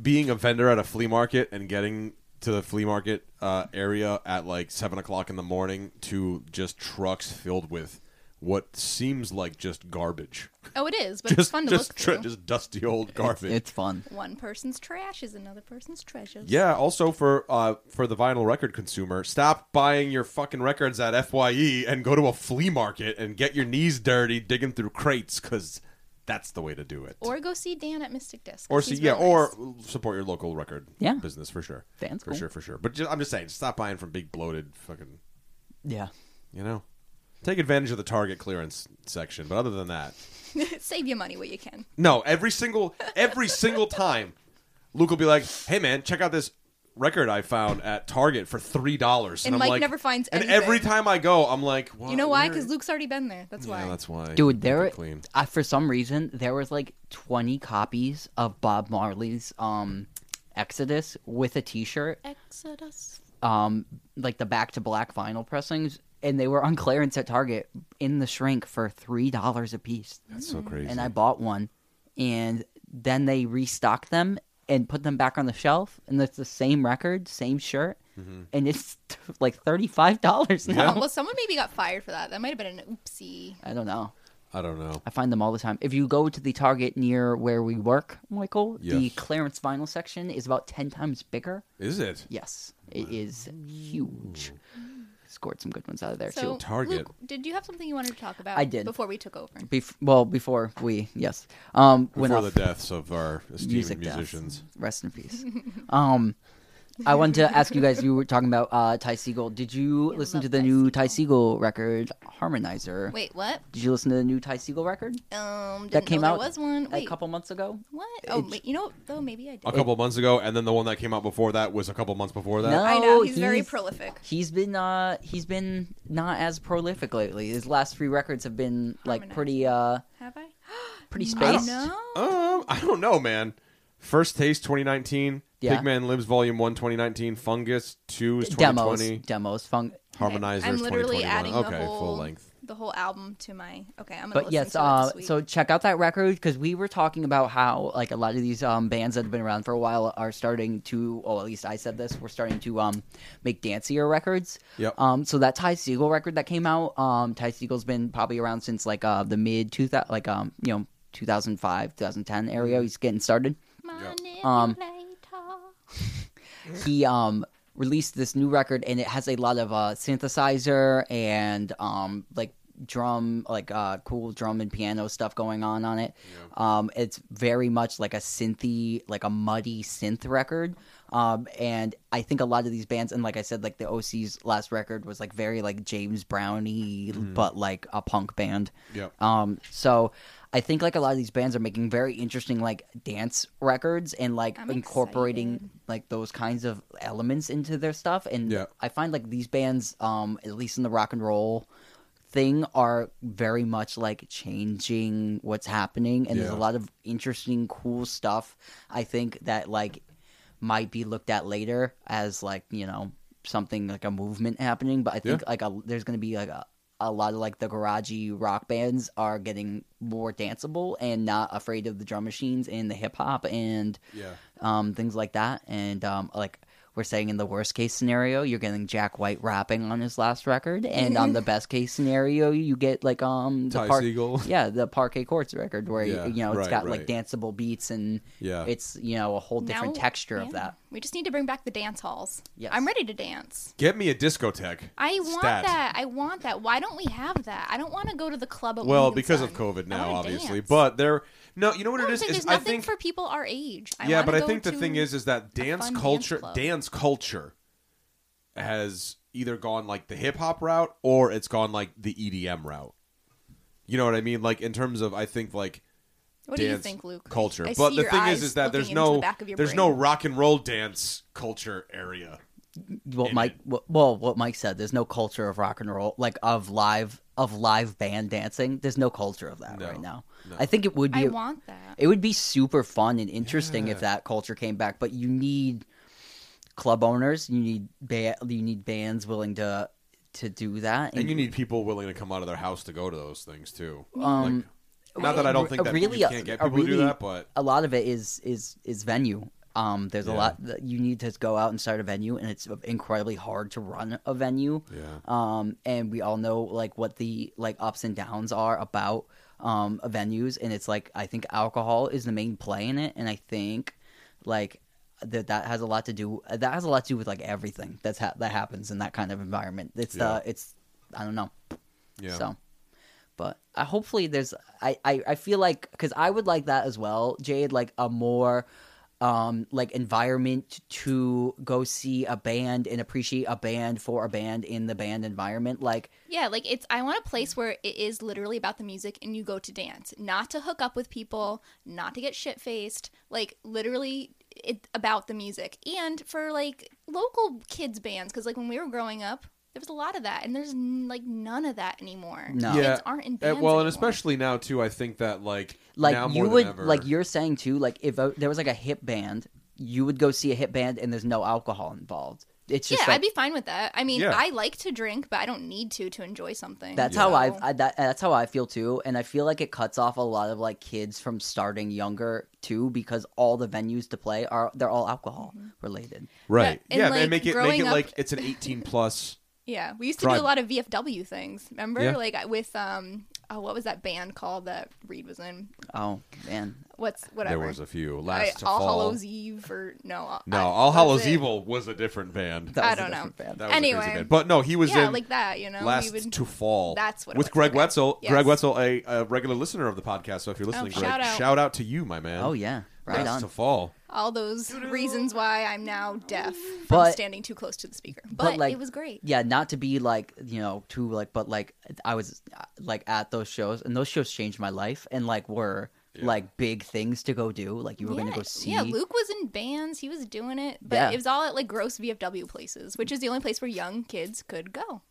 Speaker 2: Being a vendor at a flea market and getting to the flea market uh, area at like seven o'clock in the morning to just trucks filled with what seems like just garbage.
Speaker 4: Oh, it is, but it's
Speaker 2: Just
Speaker 4: fun to
Speaker 2: just
Speaker 4: look through.
Speaker 2: just dusty old garbage.
Speaker 3: It's fun.
Speaker 4: One person's trash is another person's treasures.
Speaker 2: yeah. Also for uh, for the vinyl record consumer, stop buying your fucking records at Fye and go to a flea market and get your knees dirty digging through crates because that's the way to do it.
Speaker 4: Or go see Dan at Mystic Disc.
Speaker 2: or see,
Speaker 4: He's
Speaker 2: yeah,
Speaker 4: real
Speaker 2: or
Speaker 4: nice.
Speaker 2: support your local record
Speaker 3: Yeah.
Speaker 2: business for sure.
Speaker 3: Dan's
Speaker 2: for
Speaker 3: cool.
Speaker 2: sure, for sure. But just, I'm just saying, stop buying from big bloated fucking.
Speaker 3: Yeah.
Speaker 2: You know, take advantage of the Target clearance section. But other than that,
Speaker 4: save your money where you can.
Speaker 2: no. Every single every single time, Luke will be like, "Hey man, check out this." Record I found at Target for three dollars,
Speaker 4: And
Speaker 2: I'm
Speaker 4: Mike
Speaker 2: like,
Speaker 4: never finds
Speaker 2: And
Speaker 4: anything.
Speaker 2: every time I go, I'm like, well,
Speaker 4: You know why?
Speaker 2: where-
Speaker 4: Because Luke's already been there. That's
Speaker 2: Yeah,
Speaker 4: why.
Speaker 2: that's why,
Speaker 3: Dude,
Speaker 2: Keep
Speaker 3: there
Speaker 2: it clean.
Speaker 3: I, for some reason there was like 20 copies of Bob Marley's um Exodus with a t-shirt
Speaker 4: Exodus.
Speaker 3: um like the back to black vinyl pressings and they were on clearance at Target in the shrink for three dollars a piece.
Speaker 2: That's so crazy.
Speaker 3: And I bought one, and then they restocked them and put them back on the shelf, and it's the same record, same shirt,
Speaker 2: Mm-hmm.
Speaker 3: and it's like thirty five dollars now.
Speaker 4: Oh, well, someone maybe got fired for that. That might have been an oopsie.
Speaker 3: I don't know.
Speaker 2: I don't know.
Speaker 3: I find them all the time. If you go to the Target near where we work, Michael, the
Speaker 2: Yes.
Speaker 3: clearance vinyl section is about 10 times bigger.
Speaker 2: Is it?
Speaker 3: Yes, it is huge. Scored some good ones out of there,
Speaker 4: So,
Speaker 3: too.
Speaker 2: Target.
Speaker 4: Luke, did you have something you wanted to talk about?
Speaker 3: I did.
Speaker 4: before we took over.
Speaker 3: Bef- well, before we, yes. Um, when
Speaker 2: Before
Speaker 3: I-
Speaker 2: the deaths of our esteemed
Speaker 3: music deaths.
Speaker 2: musicians.
Speaker 3: Rest in peace. um, I wanted to ask you guys, you were talking about uh, Ty Siegel. Did you
Speaker 4: I
Speaker 3: listen
Speaker 4: love
Speaker 3: to the
Speaker 4: Ty
Speaker 3: new Ty Siegel record, Harmonizer?
Speaker 4: Wait, what?
Speaker 3: Did you listen to the new Ty Siegel record
Speaker 4: Um, didn't
Speaker 3: that came
Speaker 4: know
Speaker 3: out
Speaker 4: There was one. Wait,
Speaker 3: a couple months ago?
Speaker 4: What? Oh,
Speaker 3: it's-
Speaker 4: wait, you know, what? oh, maybe I did.
Speaker 2: A couple months ago, and then the one that came out before that was a couple months before that.
Speaker 3: No,
Speaker 4: I know he's,
Speaker 3: Oh,
Speaker 4: very
Speaker 3: he's-
Speaker 4: prolific.
Speaker 3: He's been uh he's been not as prolific lately. His last three records have been like
Speaker 4: Harmonized.
Speaker 3: pretty uh
Speaker 4: Have I?
Speaker 3: pretty
Speaker 4: I
Speaker 3: spaced.
Speaker 4: don't know.
Speaker 2: Um, I don't know, man. First Taste 2019,
Speaker 3: Yeah.
Speaker 2: Pigman Lives Volume 1 2019, Fungus 2 is
Speaker 3: Demos,
Speaker 2: 2020,
Speaker 3: demos, fun.
Speaker 2: Harmonizer
Speaker 4: I'm literally
Speaker 2: 2021.
Speaker 4: adding the
Speaker 2: okay,
Speaker 4: whole
Speaker 2: full length.
Speaker 4: the whole album to my. Okay, I'm gonna
Speaker 3: But
Speaker 4: listen
Speaker 3: yes,
Speaker 4: to it
Speaker 3: uh,
Speaker 4: this week.
Speaker 3: so check out that record because we were talking about how like a lot of these um bands that have been around for a while are starting to, or at least I said this, we're starting to um make dancier records.
Speaker 2: Yep.
Speaker 3: Um, so that Ty Siegel record that came out, um, Ty Siegel's been probably around since like uh the mid two thousand, like um you know 2005, 2010 area. He's getting started. Um, he um released this new record and it has a lot of uh synthesizer and um like drum like uh cool drum and piano stuff going on on it um it's very much like a synthy like a muddy synth record um and i think a lot of these bands and like i said like the oc's last record was like very like james brownie but like a punk band
Speaker 2: Yep.
Speaker 3: um, so I think like a lot of these bands are making very interesting like dance records and like
Speaker 4: I'm
Speaker 3: incorporating
Speaker 4: excited.
Speaker 3: like those kinds of elements into their stuff. And
Speaker 2: Yeah.
Speaker 3: I find like these bands, um, at least in the rock and roll thing, are very much like changing what's happening. And there's a
Speaker 2: Yeah.
Speaker 3: lot of interesting, cool stuff. I think that like might be looked at later as like you know something like a movement happening but i think
Speaker 2: Yeah.
Speaker 3: like a, there's going to be like a, a lot of like the garagey rock bands are getting more danceable and not afraid of the drum machines and the hip hop and
Speaker 2: Yeah.
Speaker 3: um, things like that and um, like we're saying in the worst case scenario you're getting jack white rapping on his last record and on the best case scenario you get like um the
Speaker 2: Mm-hmm. Ty
Speaker 3: Park-
Speaker 2: Segall.
Speaker 3: yeah the parquet courts record where
Speaker 2: Yeah,
Speaker 3: you know it's
Speaker 2: right,
Speaker 3: got like
Speaker 2: right.
Speaker 3: danceable beats and
Speaker 2: Yeah.
Speaker 3: it's you know a whole different
Speaker 4: Now-
Speaker 3: texture
Speaker 4: yeah.
Speaker 3: of that
Speaker 4: We just need to bring back the dance halls.
Speaker 3: Yes.
Speaker 4: I'm ready to dance.
Speaker 2: Get me a discotheque.
Speaker 4: I want
Speaker 2: Stat.
Speaker 4: that. I want that. Why don't we have that? I don't want to go to the club. At
Speaker 2: Well,
Speaker 4: Williamson.
Speaker 2: because of COVID
Speaker 4: I
Speaker 2: now,
Speaker 4: wanna
Speaker 2: obviously.
Speaker 4: Oh, dance.
Speaker 2: But there, no, you know what
Speaker 4: No,
Speaker 2: it
Speaker 4: I'm
Speaker 2: is.
Speaker 4: saying
Speaker 2: is
Speaker 4: there's
Speaker 2: I
Speaker 4: nothing
Speaker 2: think,
Speaker 4: for people our age. I
Speaker 2: yeah,
Speaker 4: wanna
Speaker 2: but I
Speaker 4: go
Speaker 2: think the
Speaker 4: to-
Speaker 2: thing is, is that dance
Speaker 4: fun dance
Speaker 2: culture,
Speaker 4: club.
Speaker 2: dance, culture, has either gone like the hip hop route or it's gone like the EDM route. You know what I mean? Like in terms of, I think like
Speaker 4: what
Speaker 2: dance
Speaker 4: do you think, Luke?
Speaker 2: culture.
Speaker 4: I
Speaker 2: but
Speaker 4: see
Speaker 2: the
Speaker 4: your
Speaker 2: thing
Speaker 4: eyes
Speaker 2: is, is that there's
Speaker 4: looking into the
Speaker 2: no
Speaker 4: back of your
Speaker 2: there's
Speaker 4: brain.
Speaker 2: no rock and roll dance culture area.
Speaker 3: what
Speaker 2: in
Speaker 3: Mike
Speaker 2: it.
Speaker 3: what, well what Mike said there's no culture of rock and roll like of live of live band dancing there's no culture of that
Speaker 2: No,
Speaker 3: right now
Speaker 2: no.
Speaker 3: I think it would be
Speaker 4: I want that.
Speaker 3: it would be super fun and interesting if
Speaker 2: Yeah.
Speaker 3: that culture came back but you need club owners you need ba- you need bands willing to to do that
Speaker 2: And you need people willing to come out of their house to go to those things
Speaker 4: Mm.
Speaker 2: too.
Speaker 3: Um,
Speaker 2: like, not that I don't
Speaker 3: re-
Speaker 2: think that
Speaker 3: really
Speaker 2: you
Speaker 3: a-
Speaker 2: can't get
Speaker 3: a
Speaker 2: people to do
Speaker 3: really-
Speaker 2: that, but
Speaker 3: a lot of it is is is venue. Um, there's a
Speaker 2: Yeah.
Speaker 3: lot that you need to go out and start a venue, and it's incredibly hard to run a venue.
Speaker 2: Yeah.
Speaker 3: Um, and we all know like what the like ups and downs are about um venues, and it's like I think alcohol is the main play in it, and I think like that that has a lot to do that has a lot to do with like everything that's ha- that happens in that kind of environment. It's
Speaker 2: Yeah.
Speaker 3: the it's I don't know.
Speaker 2: yeah,
Speaker 3: So, but I hopefully there's I I, I feel like because I would like that as well, Jade, like a more um like environment to go see a band and appreciate a band for a band in the band environment like
Speaker 4: Yeah, like it's I want a place where it is literally about the music and you go to dance, not to hook up with people, not to get shit faced, like literally it about the music. And for like local kids bands cuz like when we were growing up, there was a lot of that and there's n- like none of that anymore.
Speaker 3: No.
Speaker 4: Kids
Speaker 2: yeah.
Speaker 4: aren't in
Speaker 2: Uh,
Speaker 4: bands.
Speaker 2: well,
Speaker 4: anymore.
Speaker 2: and especially now too, I think that like
Speaker 3: like
Speaker 2: now more
Speaker 3: you
Speaker 2: than
Speaker 3: would
Speaker 2: ever-
Speaker 3: like you're saying too like if uh there was like a hip band you would go see a hip band and there's no alcohol involved it's
Speaker 4: Yeah,
Speaker 3: just
Speaker 4: I'd
Speaker 3: like
Speaker 4: be fine with that. I mean,
Speaker 2: Yeah.
Speaker 4: I like to drink, but I don't need to to enjoy something.
Speaker 3: that's
Speaker 2: Yeah.
Speaker 3: how
Speaker 4: So-
Speaker 3: I've, I that, that's how I feel too, and I feel like it cuts off a lot of like kids from starting younger too because all the venues to play are they're all alcohol
Speaker 4: Mm-hmm.
Speaker 3: related.
Speaker 2: Right.
Speaker 4: and,
Speaker 2: yeah,
Speaker 4: like,
Speaker 2: and make it make
Speaker 4: growing
Speaker 2: it
Speaker 4: up-
Speaker 2: like it's an 18 plus.
Speaker 4: Yeah, we used to
Speaker 2: Thrive.
Speaker 4: do a lot of VFW things. Remember,
Speaker 2: Yeah.
Speaker 4: like with um, oh, what was that band called that Reed was in?
Speaker 3: Oh man,
Speaker 4: What's whatever.
Speaker 2: There was a few
Speaker 4: I-
Speaker 2: last to
Speaker 4: All
Speaker 2: fall.
Speaker 4: Hallows Eve or no? I-
Speaker 2: no,
Speaker 4: I-
Speaker 2: All
Speaker 4: what was
Speaker 2: Hallows
Speaker 4: it?
Speaker 2: Evil was a different band.
Speaker 3: that
Speaker 4: I
Speaker 3: was a
Speaker 4: don't know.
Speaker 3: different band.
Speaker 2: That was a
Speaker 4: Anyway.
Speaker 2: crazy band. But no, he was
Speaker 4: Yeah,
Speaker 2: in
Speaker 4: like that. You know, we
Speaker 2: Last
Speaker 4: would-
Speaker 2: to Fall.
Speaker 4: That's what it
Speaker 2: with
Speaker 4: was,
Speaker 2: Greg
Speaker 4: okay.
Speaker 2: Wetzel.
Speaker 4: Yes. Oh,
Speaker 2: Greg Wetzel, a, a regular listener of the podcast. So if you're listening,
Speaker 4: shout
Speaker 2: Greg,
Speaker 4: out.
Speaker 2: shout out to you, my man.
Speaker 3: Oh yeah, right
Speaker 2: Last to
Speaker 3: on.
Speaker 2: Fall.
Speaker 4: all those reasons why I'm now deaf from
Speaker 3: But-
Speaker 4: standing too close to the speaker. But,
Speaker 3: like-
Speaker 4: it was great.
Speaker 3: yeah not to be like you know too like but like i was uh, like at those shows and those shows changed my life and like were like big things to go do like you were gonna go see
Speaker 4: yeah, Luke was in bands. He was doing it, but
Speaker 3: Yeah.
Speaker 4: it was all at like gross VFW places, which is the only place where young kids could go.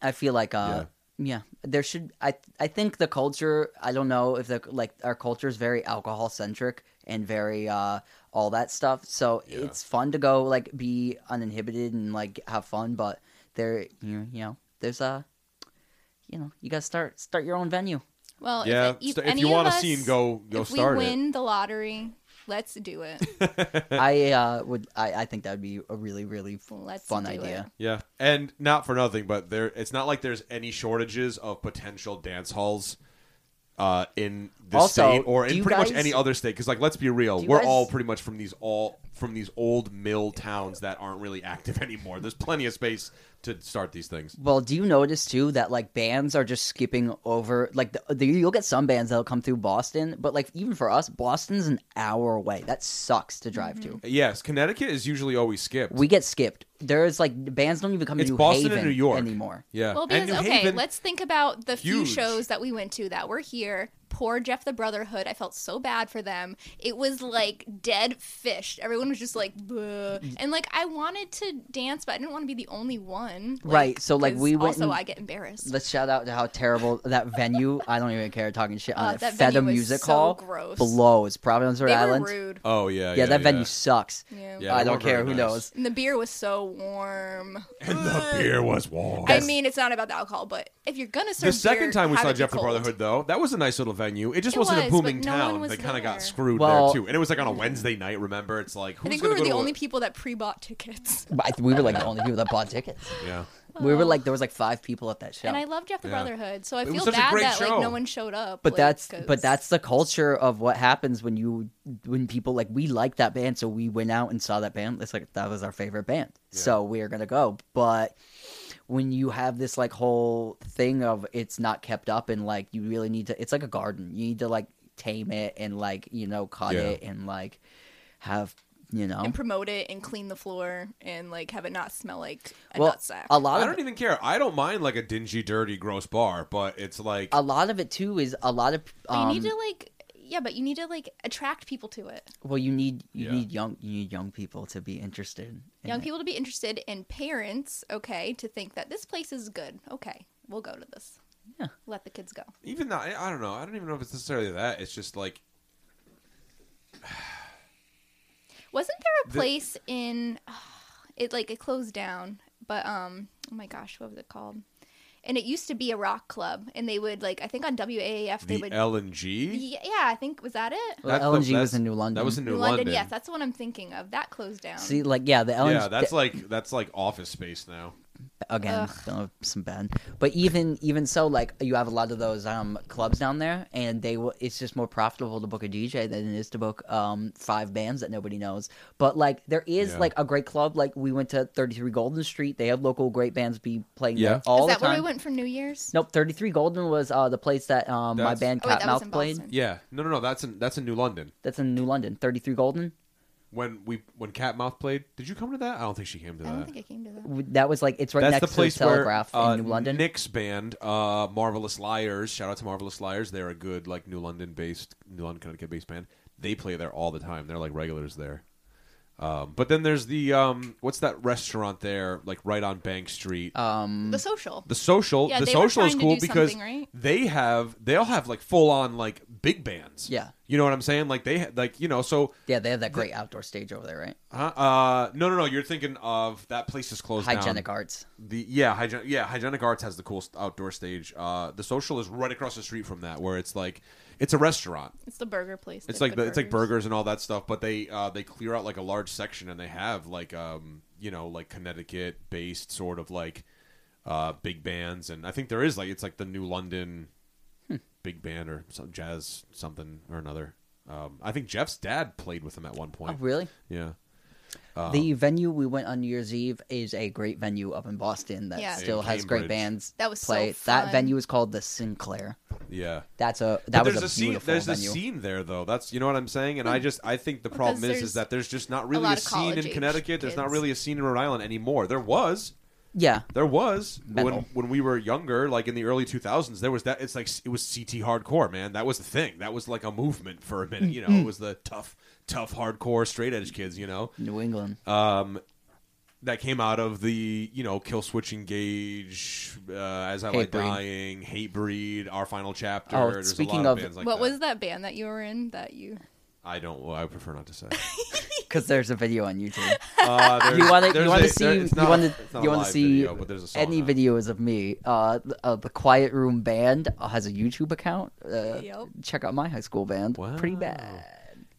Speaker 3: i feel like uh yeah. there should i i think the culture i don't know if the like our culture is very alcohol centric and very uh all that stuff so it's fun to go like be uninhibited and like have fun but there you know, you know there's a you know you gotta start start your own venue
Speaker 4: Well,
Speaker 2: yeah.
Speaker 4: if, e- if,
Speaker 2: st-
Speaker 4: any
Speaker 2: you
Speaker 4: of
Speaker 2: want
Speaker 4: us,
Speaker 2: a scene, go go
Speaker 4: if
Speaker 2: start
Speaker 4: we
Speaker 2: it.
Speaker 4: win the lottery, let's do it.
Speaker 3: I uh, would. I, I think that would be a really, really f-
Speaker 4: Let's
Speaker 3: fun
Speaker 4: do
Speaker 3: idea.
Speaker 2: Yeah, and not for nothing, but there it's not like there's any shortages of potential dance halls uh, in this
Speaker 3: Also,
Speaker 2: state or
Speaker 3: do
Speaker 2: in
Speaker 3: you
Speaker 2: pretty much
Speaker 3: guys-
Speaker 2: any other state. Because like, let's be real,
Speaker 3: you
Speaker 2: we're
Speaker 3: guys-
Speaker 2: all pretty much from these all from these old mill towns that aren't really active anymore. There's plenty of space to start these things.
Speaker 3: Well, do you notice too that like bands are just skipping over? Like the, the, you'll get some bands that'll come through Boston, but like even for us, Boston's an hour away. That sucks to drive
Speaker 4: Mm-hmm.
Speaker 3: to.
Speaker 2: Yes, Connecticut is usually always skipped.
Speaker 3: We get skipped. There's like bands don't even come
Speaker 2: it's
Speaker 3: to New
Speaker 2: Boston
Speaker 3: Haven
Speaker 2: and New York
Speaker 3: anymore.
Speaker 2: Yeah,
Speaker 4: Well,
Speaker 2: and
Speaker 4: because
Speaker 2: New
Speaker 4: okay,
Speaker 2: Haven,
Speaker 4: let's think about the few
Speaker 2: Huge.
Speaker 4: shows that we went to that were here. Poor Jeff the Brotherhood. I felt so bad for them. It was like dead fish. Everyone was just like, Bleh. and like I wanted to dance, but I didn't want to be the only one. Like,
Speaker 3: Right, so, like,
Speaker 4: 'cause
Speaker 3: we went
Speaker 4: Also,
Speaker 3: and-
Speaker 4: I get embarrassed.
Speaker 3: Let's shout out to how terrible that venue. I don't even care talking shit on
Speaker 4: Uh,
Speaker 3: it.
Speaker 4: that
Speaker 3: Feather
Speaker 4: venue was
Speaker 3: Music
Speaker 4: so
Speaker 3: Hall
Speaker 4: gross.
Speaker 3: blows Providence, Rhode
Speaker 4: they
Speaker 3: Island.
Speaker 4: were rude.
Speaker 2: oh yeah,
Speaker 3: Yeah, that venue sucks.
Speaker 4: Yeah.
Speaker 2: Yeah,
Speaker 3: I
Speaker 2: they
Speaker 3: don't
Speaker 2: weren't very
Speaker 3: care who
Speaker 2: nice.
Speaker 3: knows.
Speaker 4: And the beer was so warm.
Speaker 2: The beer was warm.
Speaker 4: I mean, it's not about the alcohol, but if you're gonna serve
Speaker 2: the second
Speaker 4: beer,
Speaker 2: time we
Speaker 4: have
Speaker 2: saw
Speaker 4: it be
Speaker 2: Jeff the
Speaker 4: cold.
Speaker 2: Brotherhood, though, that was a nice little venue. It just
Speaker 4: It
Speaker 2: wasn't a
Speaker 4: was,
Speaker 2: booming
Speaker 4: but no one
Speaker 2: town.
Speaker 4: was
Speaker 2: they kind
Speaker 4: there. Mm.
Speaker 2: of got screwed
Speaker 3: Well-
Speaker 2: there too, and it was like on a Wednesday night. Remember, it's like who's
Speaker 4: I think we
Speaker 2: gonna
Speaker 4: were
Speaker 2: go
Speaker 4: the
Speaker 2: to a-
Speaker 4: only people that pre-bought tickets,
Speaker 3: I, we were like the only people that bought tickets.
Speaker 2: Yeah,
Speaker 3: We were like there was like five people at that show.
Speaker 4: and I love Jeff the
Speaker 2: Yeah.
Speaker 4: Brotherhood, so I
Speaker 2: was
Speaker 4: feel
Speaker 2: such a
Speaker 4: bad
Speaker 2: great
Speaker 4: that
Speaker 2: show.
Speaker 4: like no one showed up.
Speaker 3: But
Speaker 4: like,
Speaker 3: that's
Speaker 4: 'cause-
Speaker 3: but that's the culture of what happens when you when people like we like that band, so we went out and saw that band. It's like that was our favorite band, so we're gonna go. But when you have this like whole thing of it's not kept up and like you really need to, it's like a garden. You need to like tame it and like you know cut
Speaker 2: Yeah.
Speaker 3: it and like have you know.
Speaker 4: and promote it and clean the floor and like have it not smell like a
Speaker 3: well,
Speaker 4: nutsack.
Speaker 3: a lot
Speaker 2: I
Speaker 3: of
Speaker 2: don't even care. I don't mind like a dingy, dirty, gross bar, but it's like
Speaker 3: a lot of it too is a lot of
Speaker 4: But
Speaker 3: um,
Speaker 4: you need to like yeah, but you need to like attract people to it.
Speaker 3: well you need you
Speaker 2: Yeah.
Speaker 3: need young you need young people to be interested in
Speaker 4: Young
Speaker 3: it.
Speaker 4: people to be interested and parents, okay, to think that this place is good. Okay, we'll go to this.
Speaker 3: Yeah.
Speaker 4: Let the kids go.
Speaker 2: even though I I don't know. I don't even know if it's necessarily that. It's just like
Speaker 4: Wasn't there a
Speaker 2: The-
Speaker 4: place in it like it closed down, but um oh my gosh, what was it called? And it used to be a rock club and they would like I think on WAAF they
Speaker 2: the
Speaker 4: would
Speaker 2: L and G.
Speaker 4: yeah, I think was that it?
Speaker 3: Well,
Speaker 2: That's the-
Speaker 3: LNG was
Speaker 2: that's-
Speaker 3: in New London.
Speaker 2: That was in New,
Speaker 4: London, yes, that's what I'm thinking of. That closed down.
Speaker 3: See, like, yeah, the LNG
Speaker 2: yeah, that's like that's like office space now.
Speaker 3: again uh, some bad. But even even so, like you have a lot of those um clubs down there, and they will. It's just more profitable to book a DJ than it is to book um five bands that nobody knows. But like there is
Speaker 2: Yeah.
Speaker 3: like a great club. Like we went to Thirty Three Golden Street. They have local great bands be playing
Speaker 2: Yeah.
Speaker 3: there all
Speaker 4: is that
Speaker 3: the time.
Speaker 4: where we went for New Year's?
Speaker 3: Nope, Thirty Three Golden was uh the place that um my
Speaker 2: That's-
Speaker 3: band
Speaker 4: Oh, wait, that was
Speaker 3: Cottonmouth
Speaker 4: in
Speaker 3: played.
Speaker 4: Boston.
Speaker 2: Yeah, no, no, no. That's in that's in New London.
Speaker 3: That's in New London. Thirty Three Golden.
Speaker 2: When we when Catmouth played, did you come to that? I don't think she came to
Speaker 4: I
Speaker 2: that.
Speaker 4: don't think I came to that.
Speaker 3: W- That was like it's right
Speaker 2: That's
Speaker 3: next
Speaker 2: the place
Speaker 3: to the Telegraph
Speaker 2: where uh,
Speaker 3: in New London.
Speaker 2: Nick's band, uh, Marvelous Liars. Shout out to Marvelous Liars. They're a good like New London based, New London, Connecticut based band. They play there all the time. They're like regulars there. Um, but then there's the um, what's that restaurant there, like right on Bank Street.
Speaker 3: Uh, Um,
Speaker 4: The social.
Speaker 2: the social,
Speaker 4: Yeah,
Speaker 2: the
Speaker 4: they were
Speaker 2: social is
Speaker 4: trying to
Speaker 2: cool
Speaker 4: do
Speaker 2: because
Speaker 4: something, right?
Speaker 2: they have they'll have like full on like big bands.
Speaker 3: Yeah.
Speaker 2: You know what I'm saying? Like they had like you know so
Speaker 3: Yeah, they have that great outdoor stage over there, right?
Speaker 2: uh, uh no no no you're thinking of that place is closed down.
Speaker 3: Hygienic Arts.
Speaker 2: The yeah, hygienic yeah, hygienic arts has the coolest outdoor stage. Uh, the social is right across the street from that, where it's like it's a restaurant.
Speaker 4: It's the burger place.
Speaker 2: It's
Speaker 4: that
Speaker 2: like
Speaker 4: did
Speaker 2: the, it's like
Speaker 4: burgers.
Speaker 2: burgers and all that stuff, but they uh, they clear out like a large section and they have like um you know like Connecticut based sort of like uh big bands and I think there is like it's like the New London big band or some jazz something or another. Um, I think Jeff's dad played with him at one
Speaker 3: Oh,
Speaker 2: point.
Speaker 3: really?
Speaker 2: Yeah, Uh,
Speaker 3: the venue we went on New Year's Eve is a great venue up in Boston that
Speaker 4: Yeah.
Speaker 3: still
Speaker 2: In
Speaker 3: has great
Speaker 2: Cambridge.
Speaker 3: bands.
Speaker 4: That was so
Speaker 3: play.
Speaker 4: fun.
Speaker 3: That venue is called the Sinclair.
Speaker 2: yeah.
Speaker 3: That's a
Speaker 2: But
Speaker 3: that was
Speaker 2: there's
Speaker 3: a,
Speaker 2: scene.
Speaker 3: beautiful
Speaker 2: There's
Speaker 3: venue.
Speaker 2: a scene there, though. That's you know what I'm saying. And I just I think the problem is
Speaker 4: Hmm. there's
Speaker 2: is that there's just not really a,
Speaker 4: lot of
Speaker 2: scene in
Speaker 4: college-age
Speaker 2: Connecticut. There's not
Speaker 4: kids.
Speaker 2: really a scene in Rhode Island anymore. There was,
Speaker 3: Yeah,
Speaker 2: there was when
Speaker 3: Metal.
Speaker 2: when we were younger, like in the early 2000s. There was that. It's like it was CT hardcore, man. That was the thing. That was like a movement for a minute. You know, it was the tough, tough hardcore straight edge kids. You know,
Speaker 3: New England.
Speaker 2: Uh, that came out of the you know kill switch engage uh, as I
Speaker 3: Hate
Speaker 2: like
Speaker 3: Breed.
Speaker 2: dying hate breed our final chapter.
Speaker 3: Oh,
Speaker 2: There's a
Speaker 3: speaking
Speaker 2: lot of,
Speaker 3: of-
Speaker 2: bands like
Speaker 4: what
Speaker 2: that.
Speaker 4: was that band that you were in that you?
Speaker 2: I don't. Well, I prefer not to say.
Speaker 3: Because there's a video on YouTube.
Speaker 2: Uh, there's-
Speaker 3: you want to
Speaker 2: there's
Speaker 3: you want
Speaker 2: a-
Speaker 3: to see
Speaker 2: there-
Speaker 3: you
Speaker 2: it's not-
Speaker 3: want
Speaker 2: it's
Speaker 3: to
Speaker 2: not
Speaker 3: you
Speaker 2: a
Speaker 3: want to
Speaker 2: live
Speaker 3: see
Speaker 2: video, but there's a song
Speaker 3: any
Speaker 2: on it.
Speaker 3: videos of me. Uh, th- uh, the Quiet Room Band uh, has a YouTube account. Uh,
Speaker 4: Yep.
Speaker 3: Check out my high school band. Pretty
Speaker 2: Wow.
Speaker 3: bad.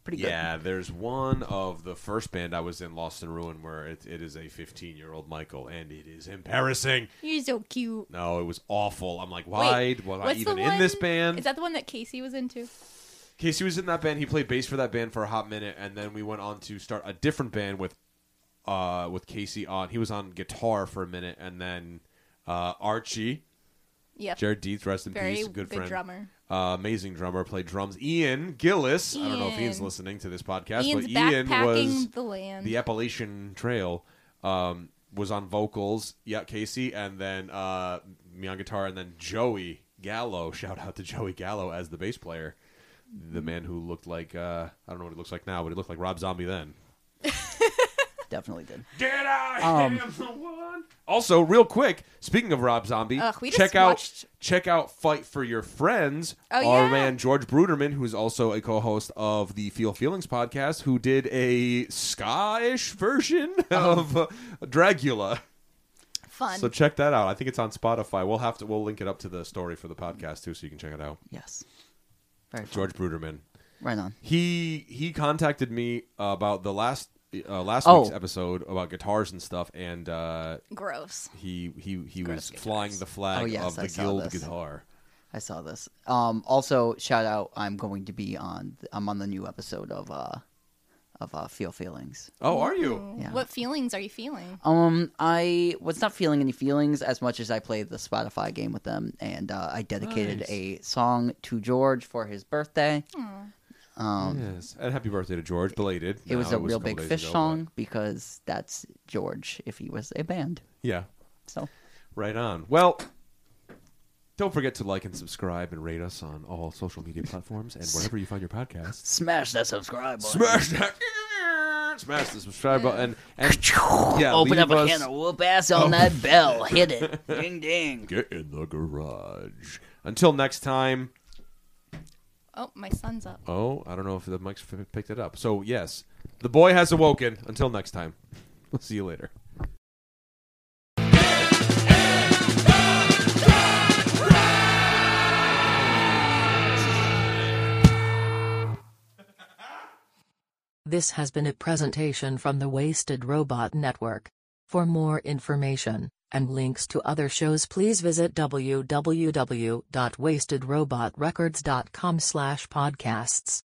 Speaker 3: Pretty good.
Speaker 2: Yeah, there's one of the first band I was in, Lost in Ruin, where it, it is a 15 year old Michael, and it is embarrassing.
Speaker 4: You're so cute.
Speaker 2: No, it was awful. I'm like, why
Speaker 4: Wait,
Speaker 2: was I
Speaker 4: what's the
Speaker 2: even in this
Speaker 4: one-
Speaker 2: band?
Speaker 4: Is that the one that Casey was into?
Speaker 2: Casey was in that band. He played bass for that band for a hot minute, and then we went on to start a different band with, uh, with Casey on. He was on guitar for a minute, and then uh, Archie,
Speaker 4: Yep.
Speaker 2: Jared Dietz, rest in
Speaker 4: Very
Speaker 2: peace,
Speaker 4: good,
Speaker 2: good, friend.
Speaker 4: drummer.
Speaker 2: uh, amazing drummer, played drums. Ian Gillis. I don't know if Ian's
Speaker 4: Ian.
Speaker 2: listening to this podcast,
Speaker 4: Ian's
Speaker 2: but Ian
Speaker 4: backpacking
Speaker 2: was
Speaker 4: the land.
Speaker 2: the Appalachian Trail. Um, was on vocals, yeah, Casey, and then uh, me on guitar, and then Joey Gallo. Shout out to Joey Gallo as the bass player, the man who looked like uh, I don't know what he looks like now, but he looked like Rob Zombie then.
Speaker 3: Definitely did.
Speaker 2: Did I
Speaker 3: Um,
Speaker 2: am the one? Also, real quick, speaking of Rob Zombie,
Speaker 4: Ugh, we just
Speaker 2: check out
Speaker 4: watched-
Speaker 2: check out Fight for Your Friends.
Speaker 4: Oh,
Speaker 2: Our
Speaker 4: yeah.
Speaker 2: man George Bruderman, who's also a co-host of the Feel Feelings podcast, who did a ska-ish version of uh, Dracula.
Speaker 4: Fun.
Speaker 2: So check that out. I think it's on Spotify. We'll have to we'll link it up to the story for the podcast too, so you can check it out.
Speaker 3: Yes. Very fun.
Speaker 2: George Bruderman.
Speaker 3: Right on.
Speaker 2: He he contacted me about the last uh, last
Speaker 3: Oh.
Speaker 2: week's episode about guitars and stuff, and uh,
Speaker 4: Gross.
Speaker 2: he he he was
Speaker 4: Gross guitars.
Speaker 2: flying the flag
Speaker 3: Oh, yes,
Speaker 2: of
Speaker 3: I
Speaker 2: the
Speaker 3: saw
Speaker 2: guild
Speaker 3: this.
Speaker 2: guitar.
Speaker 3: I saw this. Um, also, shout out. I'm going to be on. I'm on the new episode of uh, of uh, Feel Feelings.
Speaker 2: Oh, are you?
Speaker 3: Yeah.
Speaker 4: What feelings are you feeling?
Speaker 3: Um, I was not feeling any feelings as much as I played the Spotify game with them, and uh, I dedicated
Speaker 2: Nice.
Speaker 3: a song to George for his birthday. Um,
Speaker 2: Yes, and happy birthday to George, belated.
Speaker 3: it was
Speaker 2: No,
Speaker 3: a real
Speaker 2: couple
Speaker 3: big
Speaker 2: days
Speaker 3: fish
Speaker 2: ago, but-
Speaker 3: song because that's George if he was a band.
Speaker 2: Yeah,
Speaker 3: So
Speaker 2: right on. Well, don't forget to like and subscribe and rate us on all social media platforms and wherever you find your podcasts.
Speaker 3: smash that subscribe button.
Speaker 2: Smash that. Smash the subscribe button and yeah,
Speaker 3: Open
Speaker 2: leave
Speaker 3: up a
Speaker 2: us-
Speaker 3: can of whoop ass on that bell. Hit it. Ding ding.
Speaker 2: get in the garage. Until next time.
Speaker 4: Oh, my son's up.
Speaker 2: Oh, I don't know if the mic's f- picked it up. So, yes, the boy has awoken. Until next time, we'll see you later.
Speaker 6: This has been a presentation from the Wasted Robot Network. For more information and links to other shows, please visit www.wastedrobotrecords.com/podcasts.